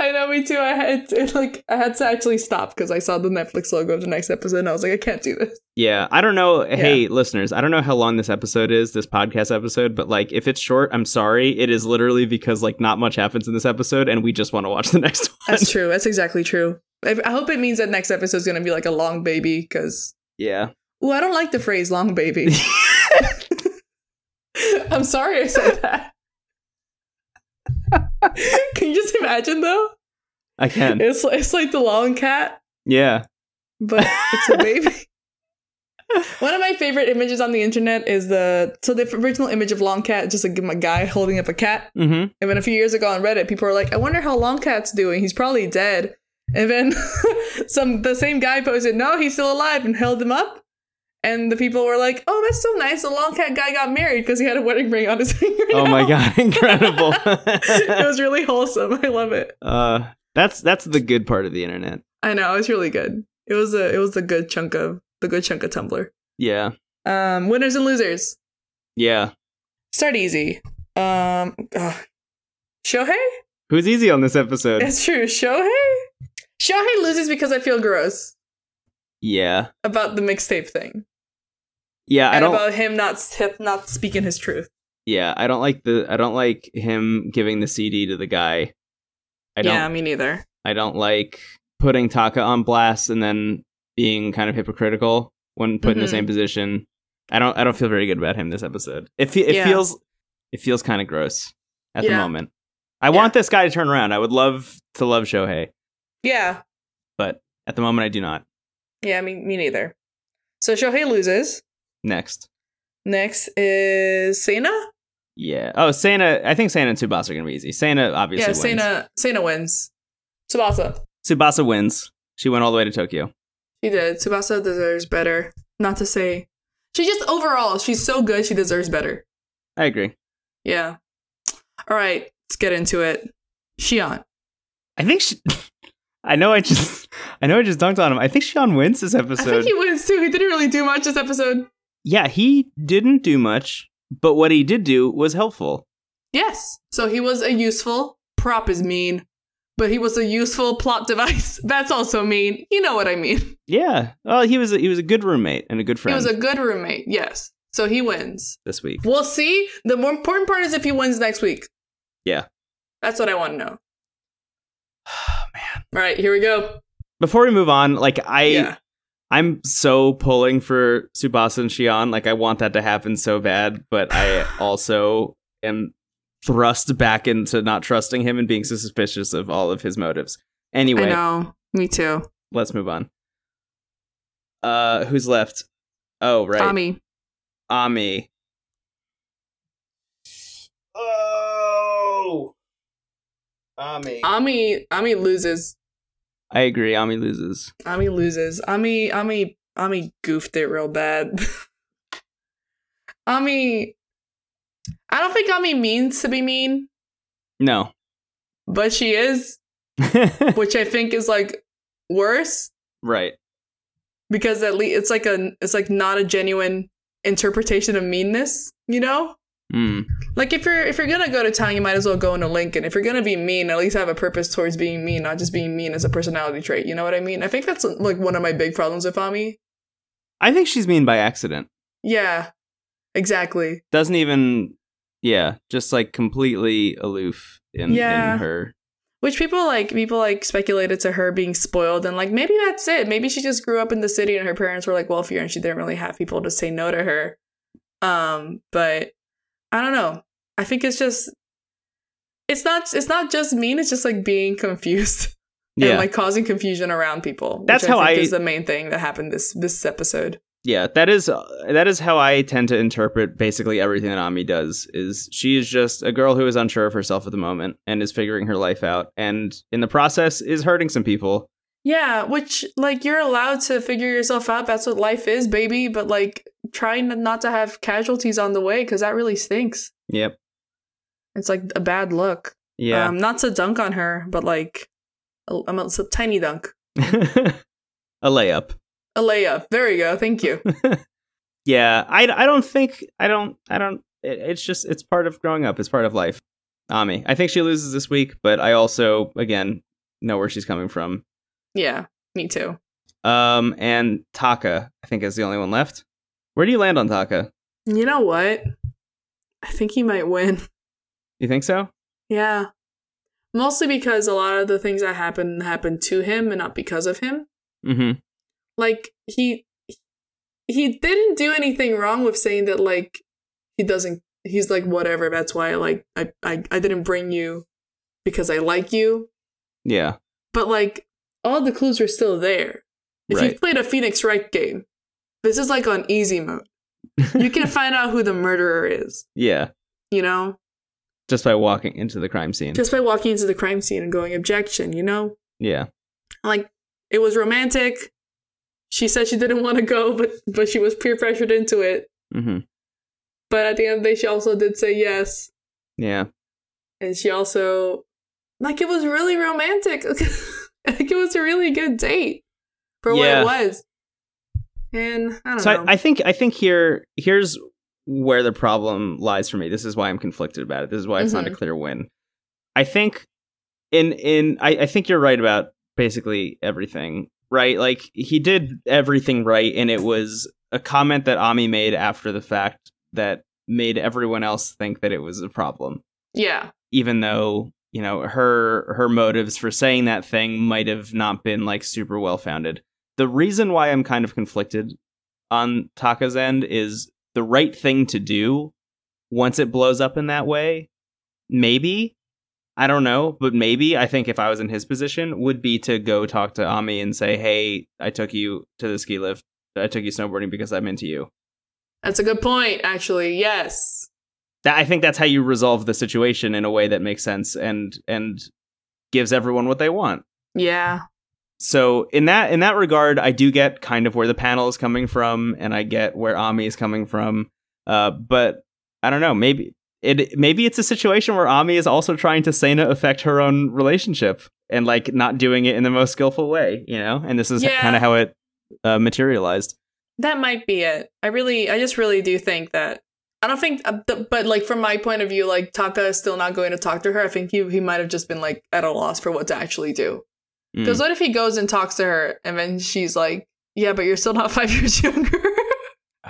[SPEAKER 2] I know, me too. I had to, like I had to actually stop because I saw the Netflix logo of the next episode, and I was like, I can't do this.
[SPEAKER 1] Yeah, I don't know. Hey, listeners, I don't know how long this episode is, this podcast episode, but like if it's short, I'm sorry. It is literally because like not much happens in this episode, and we just want to watch the next one.
[SPEAKER 2] That's true. That's exactly true. I, I hope it means that next episode is gonna be like a long baby because.
[SPEAKER 1] yeah,
[SPEAKER 2] Ooh, I don't like the phrase "long baby." I'm sorry I said that. Can you just imagine though?
[SPEAKER 1] I can.
[SPEAKER 2] It's it's like the long cat.
[SPEAKER 1] Yeah,
[SPEAKER 2] but it's a baby. One of my favorite images on the internet is the so the original image of long cat, just like a guy holding up a cat.
[SPEAKER 1] hmm
[SPEAKER 2] And then a few years ago on Reddit, people were like, "I wonder how long cat's doing. He's probably dead." And then some the same guy posted, "No, he's still alive," and held him up. And the people were like, "Oh, that's so nice. The long cat guy got married because he had a wedding ring on his finger."
[SPEAKER 1] Oh my
[SPEAKER 2] now."
[SPEAKER 1] god, incredible.
[SPEAKER 2] it was really wholesome. I love it.
[SPEAKER 1] Uh, that's that's the good part of the internet.
[SPEAKER 2] I know it was really good. It was a it was a good chunk of the good chunk of Tumblr.
[SPEAKER 1] Yeah,
[SPEAKER 2] Um, winners and losers.
[SPEAKER 1] yeah.
[SPEAKER 2] Start easy. Um, ugh. Shohei?
[SPEAKER 1] Who's easy on this episode?
[SPEAKER 2] It's true. Shohei? Shohei loses because I feel gross
[SPEAKER 1] Yeah,
[SPEAKER 2] about the mixtape thing.
[SPEAKER 1] yeah. I
[SPEAKER 2] and
[SPEAKER 1] don't.
[SPEAKER 2] about him not, s- not speaking his truth.
[SPEAKER 1] Yeah, I don't like the. I don't like him giving the CD to the guy. I don't.
[SPEAKER 2] yeah, me neither.
[SPEAKER 1] I don't like putting Taka on blast and then being kind of hypocritical when put in the
[SPEAKER 2] Mhm.
[SPEAKER 1] same position. I don't. I don't feel very good about him this episode. It fe- it
[SPEAKER 2] Yeah.
[SPEAKER 1] feels it feels kind of gross at the
[SPEAKER 2] Yeah.
[SPEAKER 1] moment. I
[SPEAKER 2] Yeah.
[SPEAKER 1] want this guy to turn around. I would love to love Shohei,
[SPEAKER 2] Yeah.
[SPEAKER 1] but at the moment, I do not.
[SPEAKER 2] Yeah, me, me neither. So Shohei loses.
[SPEAKER 1] Next.
[SPEAKER 2] Next is Sena?
[SPEAKER 1] Yeah. Oh, Sana. I think Sana and Tsubasa are gonna be easy. Sana obviously
[SPEAKER 2] yeah,
[SPEAKER 1] wins.
[SPEAKER 2] Sena, Sena wins. Tsubasa.
[SPEAKER 1] Tsubasa wins. She went all the way to Tokyo.
[SPEAKER 2] She did. Tsubasa deserves better. Not to say. She just overall, she's so good, she deserves better.
[SPEAKER 1] I agree.
[SPEAKER 2] Yeah. All right, let's get into it. Shion.
[SPEAKER 1] I think she. I know. I just. I know. I just dunked on him. I think Sean wins this
[SPEAKER 2] I
[SPEAKER 1] episode.
[SPEAKER 2] think he wins too. He didn't really do much this episode.
[SPEAKER 1] yeah, he didn't do much, but what he did do was helpful.
[SPEAKER 2] Yes. So he was a useful prop is mean, but he was a useful plot device. That's also mean. You know what I mean.
[SPEAKER 1] Yeah. Well, he was. A, he was a good roommate and a good
[SPEAKER 2] He
[SPEAKER 1] friend
[SPEAKER 2] was a good roommate. Yes. So he wins.
[SPEAKER 1] this week.
[SPEAKER 2] We'll see. The more important part is if he wins next week.
[SPEAKER 1] Yeah. Oh,
[SPEAKER 2] That's what I want to know. Man. All right, here we go.
[SPEAKER 1] Before we move on, like I.
[SPEAKER 2] yeah.
[SPEAKER 1] I'm so pulling for Subasa and Shion. Like I want that to happen so bad, but I also am thrust back into not trusting him and being suspicious of all of his motives.
[SPEAKER 2] I
[SPEAKER 1] Anyway,
[SPEAKER 2] know. Me too.
[SPEAKER 1] let's move on. Uh who's left? Oh, right.
[SPEAKER 2] Tommy.
[SPEAKER 1] Ami. Oh. Ami.
[SPEAKER 2] Ami Ami loses.
[SPEAKER 1] I agree. Ami loses.
[SPEAKER 2] Ami loses. Ami Ami Ami goofed it real bad. Ami I don't think Ami means to be mean,
[SPEAKER 1] No.
[SPEAKER 2] but she is, which I think is like worse
[SPEAKER 1] right.
[SPEAKER 2] because at least it's like a it's like not a genuine interpretation of meanness, you know?
[SPEAKER 1] Mm.
[SPEAKER 2] Like if you're if you're gonna go to town, you might as well go into Lincoln. If you're gonna be mean, at least have a purpose towards being mean, not just being mean as a personality trait. You know what I mean? I think that's like one of my big problems with Ami.
[SPEAKER 1] I think she's mean by accident.
[SPEAKER 2] Yeah, exactly.
[SPEAKER 1] Doesn't even. Yeah, just like completely aloof in,
[SPEAKER 2] Yeah.
[SPEAKER 1] in her.
[SPEAKER 2] Which people like people like speculated to her being spoiled and like maybe that's it. Maybe she just grew up in the city and her parents were like wealthier and she didn't really have people to say no to her. Um, but I don't know. I think it's just it's not it's not just mean, it's just like being confused.
[SPEAKER 1] Yeah,
[SPEAKER 2] and like causing confusion around people.
[SPEAKER 1] That's
[SPEAKER 2] which
[SPEAKER 1] how
[SPEAKER 2] think
[SPEAKER 1] I-
[SPEAKER 2] is the main thing that happened this this episode.
[SPEAKER 1] yeah. That is uh, that is how I tend to interpret basically everything that Ami does. Is she is just a girl who is unsure of herself at the moment and is figuring her life out, and in the process is hurting some people.
[SPEAKER 2] Yeah, which like you're allowed to figure yourself out. That's what life is, baby. But like trying not to have casualties on the way because that really stinks.
[SPEAKER 1] Yep.
[SPEAKER 2] It's like a bad look.
[SPEAKER 1] Yeah.
[SPEAKER 2] Um, not to dunk on her, but like a, I'm a, it's a tiny dunk,
[SPEAKER 1] a layup.
[SPEAKER 2] a layup. There you go. Thank you.
[SPEAKER 1] Yeah, I, I don't think I don't I don't. It, it's just it's part of growing up. It's part of life. Ami, I think she loses this week, but I also again know where she's coming from.
[SPEAKER 2] yeah, me too.
[SPEAKER 1] Um, and Taka, I think is the only one left. Where do you land on Taka?
[SPEAKER 2] You know what? I think he might win.
[SPEAKER 1] You think so?
[SPEAKER 2] Yeah. Mostly because a lot of the things that happen happen to him and not because of him.
[SPEAKER 1] Mm-hmm.
[SPEAKER 2] Like he he didn't do anything wrong with saying that like he doesn't he's like whatever, that's why like I I, I didn't bring you because I like you.
[SPEAKER 1] Yeah.
[SPEAKER 2] But like all the clues were still there. If
[SPEAKER 1] Right.
[SPEAKER 2] you've played a Phoenix Wright game, this is like on easy mode. You can find out who the murderer is,
[SPEAKER 1] Yeah.
[SPEAKER 2] you know?
[SPEAKER 1] Just by walking into the crime scene.
[SPEAKER 2] Just by walking into the crime scene and going objection, you know?
[SPEAKER 1] yeah.
[SPEAKER 2] like it was romantic she said she didn't want to go but but she was peer pressured into it
[SPEAKER 1] Mm-hmm.
[SPEAKER 2] but at the end of the day she also did say yes
[SPEAKER 1] Yeah.
[SPEAKER 2] and she also like it was really romantic like it was a really good date for
[SPEAKER 1] Yeah.
[SPEAKER 2] what it was and i don't
[SPEAKER 1] So
[SPEAKER 2] know
[SPEAKER 1] I, I think I think here here's where the problem lies for me. This is why I'm conflicted about it. This is why it's
[SPEAKER 2] Mm-hmm.
[SPEAKER 1] not a clear win. I think in in I, I think you're right about basically everything. Right? Like he did everything right, and it was a comment that Ami made after the fact that made everyone else think that it was a problem.
[SPEAKER 2] yeah
[SPEAKER 1] Even though, you know, her her motives for saying that thing might have not been like super well founded. The reason why I'm kind of conflicted on Taka's end is the right thing to do once it blows up in that way. Maybe. I don't know, but maybe I think if I was in his position would be to go talk to Ami and say, "Hey, I took you to the ski lift. I took you snowboarding because I'm into you."
[SPEAKER 2] that's a good point actually yes
[SPEAKER 1] That I think that's how you resolve the situation in a way that makes sense and and gives everyone what they want.
[SPEAKER 2] yeah
[SPEAKER 1] so in that in that regard, I do get kind of where the panel is coming from, and I get where Ami is coming from. Uh, but I don't know. Maybe it maybe it's a situation where Ami is also trying to Sana affect her own relationship and like not doing it in the most skillful way, you know. And this is
[SPEAKER 2] Yeah.
[SPEAKER 1] kind of how it uh, materialized.
[SPEAKER 2] that might be it i really i just really do think that i don't think uh, th- but like from my point of view like taka is still not going to talk to her i think he, he might have just been like at a loss for what to actually do
[SPEAKER 1] Mm.
[SPEAKER 2] because what if he goes and talks to her and then she's like yeah but you're still not five years younger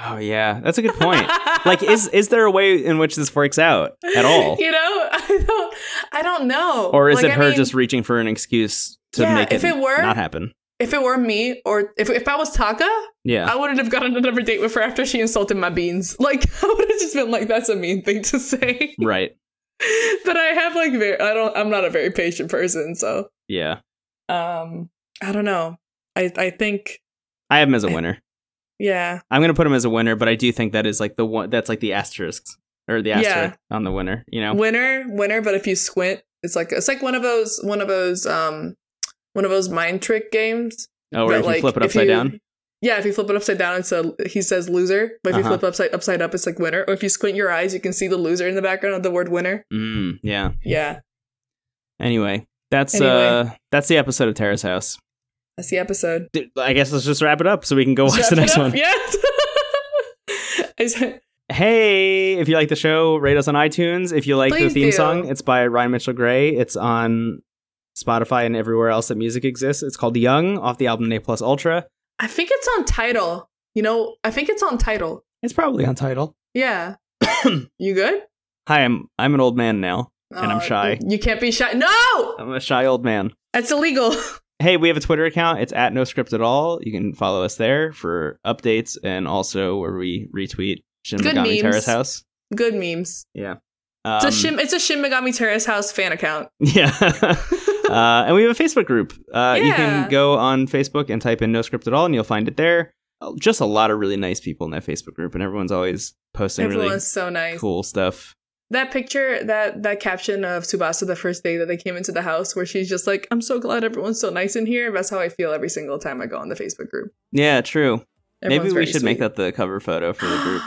[SPEAKER 1] Oh yeah, that's a good point. like, is is there a way in which this works out at all,
[SPEAKER 2] you know i don't i don't know
[SPEAKER 1] or is
[SPEAKER 2] Like,
[SPEAKER 1] it
[SPEAKER 2] I
[SPEAKER 1] her
[SPEAKER 2] mean,
[SPEAKER 1] just reaching for an excuse to
[SPEAKER 2] Yeah,
[SPEAKER 1] make it,
[SPEAKER 2] if it were-
[SPEAKER 1] not happen?
[SPEAKER 2] if it were me or if, if i was taka
[SPEAKER 1] Yeah,
[SPEAKER 2] I wouldn't have gotten another date with her after she insulted my beans. Like I would have just been like, "That's a mean thing to say."
[SPEAKER 1] right.
[SPEAKER 2] but I have like very I don't I'm not a very patient person, so
[SPEAKER 1] Yeah,
[SPEAKER 2] um I don't know. I I think
[SPEAKER 1] I have him as a winner.
[SPEAKER 2] yeah.
[SPEAKER 1] I'm gonna put him as a winner, but I do think that is like the one that's like the asterisks or the
[SPEAKER 2] Yeah.
[SPEAKER 1] asterisk on the winner. You know,
[SPEAKER 2] Winner, winner, but if you squint, it's like it's like one of those one of those um one of those mind trick games.
[SPEAKER 1] Oh, where
[SPEAKER 2] that,
[SPEAKER 1] if you flip it
[SPEAKER 2] if
[SPEAKER 1] upside
[SPEAKER 2] you-
[SPEAKER 1] down.
[SPEAKER 2] Yeah, if you flip it upside down, it's a he says loser. But if
[SPEAKER 1] Uh-huh.
[SPEAKER 2] you flip upside upside up, it's like winner. Or if you squint your eyes, you can see the loser in the background of the word winner.
[SPEAKER 1] Mm, yeah.
[SPEAKER 2] Yeah,
[SPEAKER 1] Anyway, that's uh
[SPEAKER 2] Anyway.
[SPEAKER 1] that's the episode of Terrace House.
[SPEAKER 2] that's the episode.
[SPEAKER 1] D- I guess let's just wrap it up so we can go watch
[SPEAKER 2] Wrap
[SPEAKER 1] the
[SPEAKER 2] it
[SPEAKER 1] next
[SPEAKER 2] up,
[SPEAKER 1] one.
[SPEAKER 2] Yeah. I said-
[SPEAKER 1] Hey, if you like the show, rate us on iTunes. If you like the
[SPEAKER 2] Please
[SPEAKER 1] theme
[SPEAKER 2] do.
[SPEAKER 1] song, it's by Ryan Mitchell Gray. It's on Spotify and everywhere else that music exists. It's called Young off the album A Plus Ultra.
[SPEAKER 2] I think it's on title. You know, I think it's on title.
[SPEAKER 1] It's probably on title.
[SPEAKER 2] Yeah. you good?
[SPEAKER 1] Hi, I'm I'm an old man now. And I'm
[SPEAKER 2] Aw,
[SPEAKER 1] shy.
[SPEAKER 2] You can't be shy. No!
[SPEAKER 1] I'm a shy old man.
[SPEAKER 2] That's illegal.
[SPEAKER 1] Hey, we have a Twitter account. It's at no script at all. You can follow us there for updates and also where we retweet Shin
[SPEAKER 2] Good
[SPEAKER 1] Megami
[SPEAKER 2] memes.
[SPEAKER 1] Terrace House.
[SPEAKER 2] Good memes.
[SPEAKER 1] Um,
[SPEAKER 2] It's a Shin it's a Shin Megami Terrace House fan account.
[SPEAKER 1] Yeah. uh, and we have a Facebook group. Uh, You can
[SPEAKER 2] Yeah.
[SPEAKER 1] go on Facebook and type in no script at all, and you'll find it there. Uh, Just a lot of really nice people in that Facebook group, and everyone's always posting
[SPEAKER 2] Everyone's so nice.
[SPEAKER 1] really cool stuff.
[SPEAKER 2] That picture, that that caption of Tsubasa the first day that they came into the house where she's just like, I'm so glad everyone's so nice in here. That's how I feel every single time I go on the Facebook group.
[SPEAKER 1] Yeah, true.
[SPEAKER 2] Everyone's
[SPEAKER 1] Maybe we
[SPEAKER 2] very
[SPEAKER 1] should make
[SPEAKER 2] sweet.
[SPEAKER 1] that the cover photo for the group.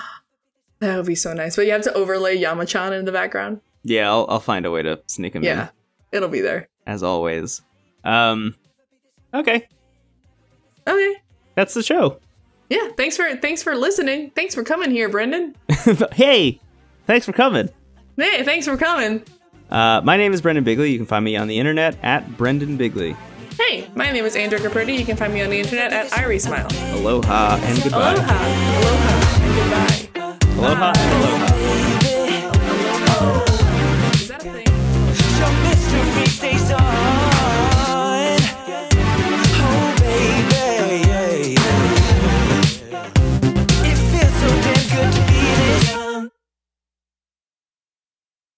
[SPEAKER 2] That would be so nice. But you have to overlay Yamachan in the background.
[SPEAKER 1] yeah, I'll, I'll find a way to sneak them
[SPEAKER 2] Yeah. It'll be there.
[SPEAKER 1] in, as always. Um, okay,
[SPEAKER 2] Okay.
[SPEAKER 1] that's the show.
[SPEAKER 2] Yeah, thanks for thanks for listening. Thanks for coming here, Brendan.
[SPEAKER 1] hey, thanks for coming.
[SPEAKER 2] Hey, thanks for coming.
[SPEAKER 1] Uh, my name is Brendan Bigley. You can find me on the internet at Brendan Bigley.
[SPEAKER 2] Hey, my name is Andrew Caperti. You can find me on the internet at irismile.
[SPEAKER 1] Aloha and goodbye.
[SPEAKER 2] Aloha, aloha, and goodbye.
[SPEAKER 1] Aloha and aloha.
[SPEAKER 3] Bye.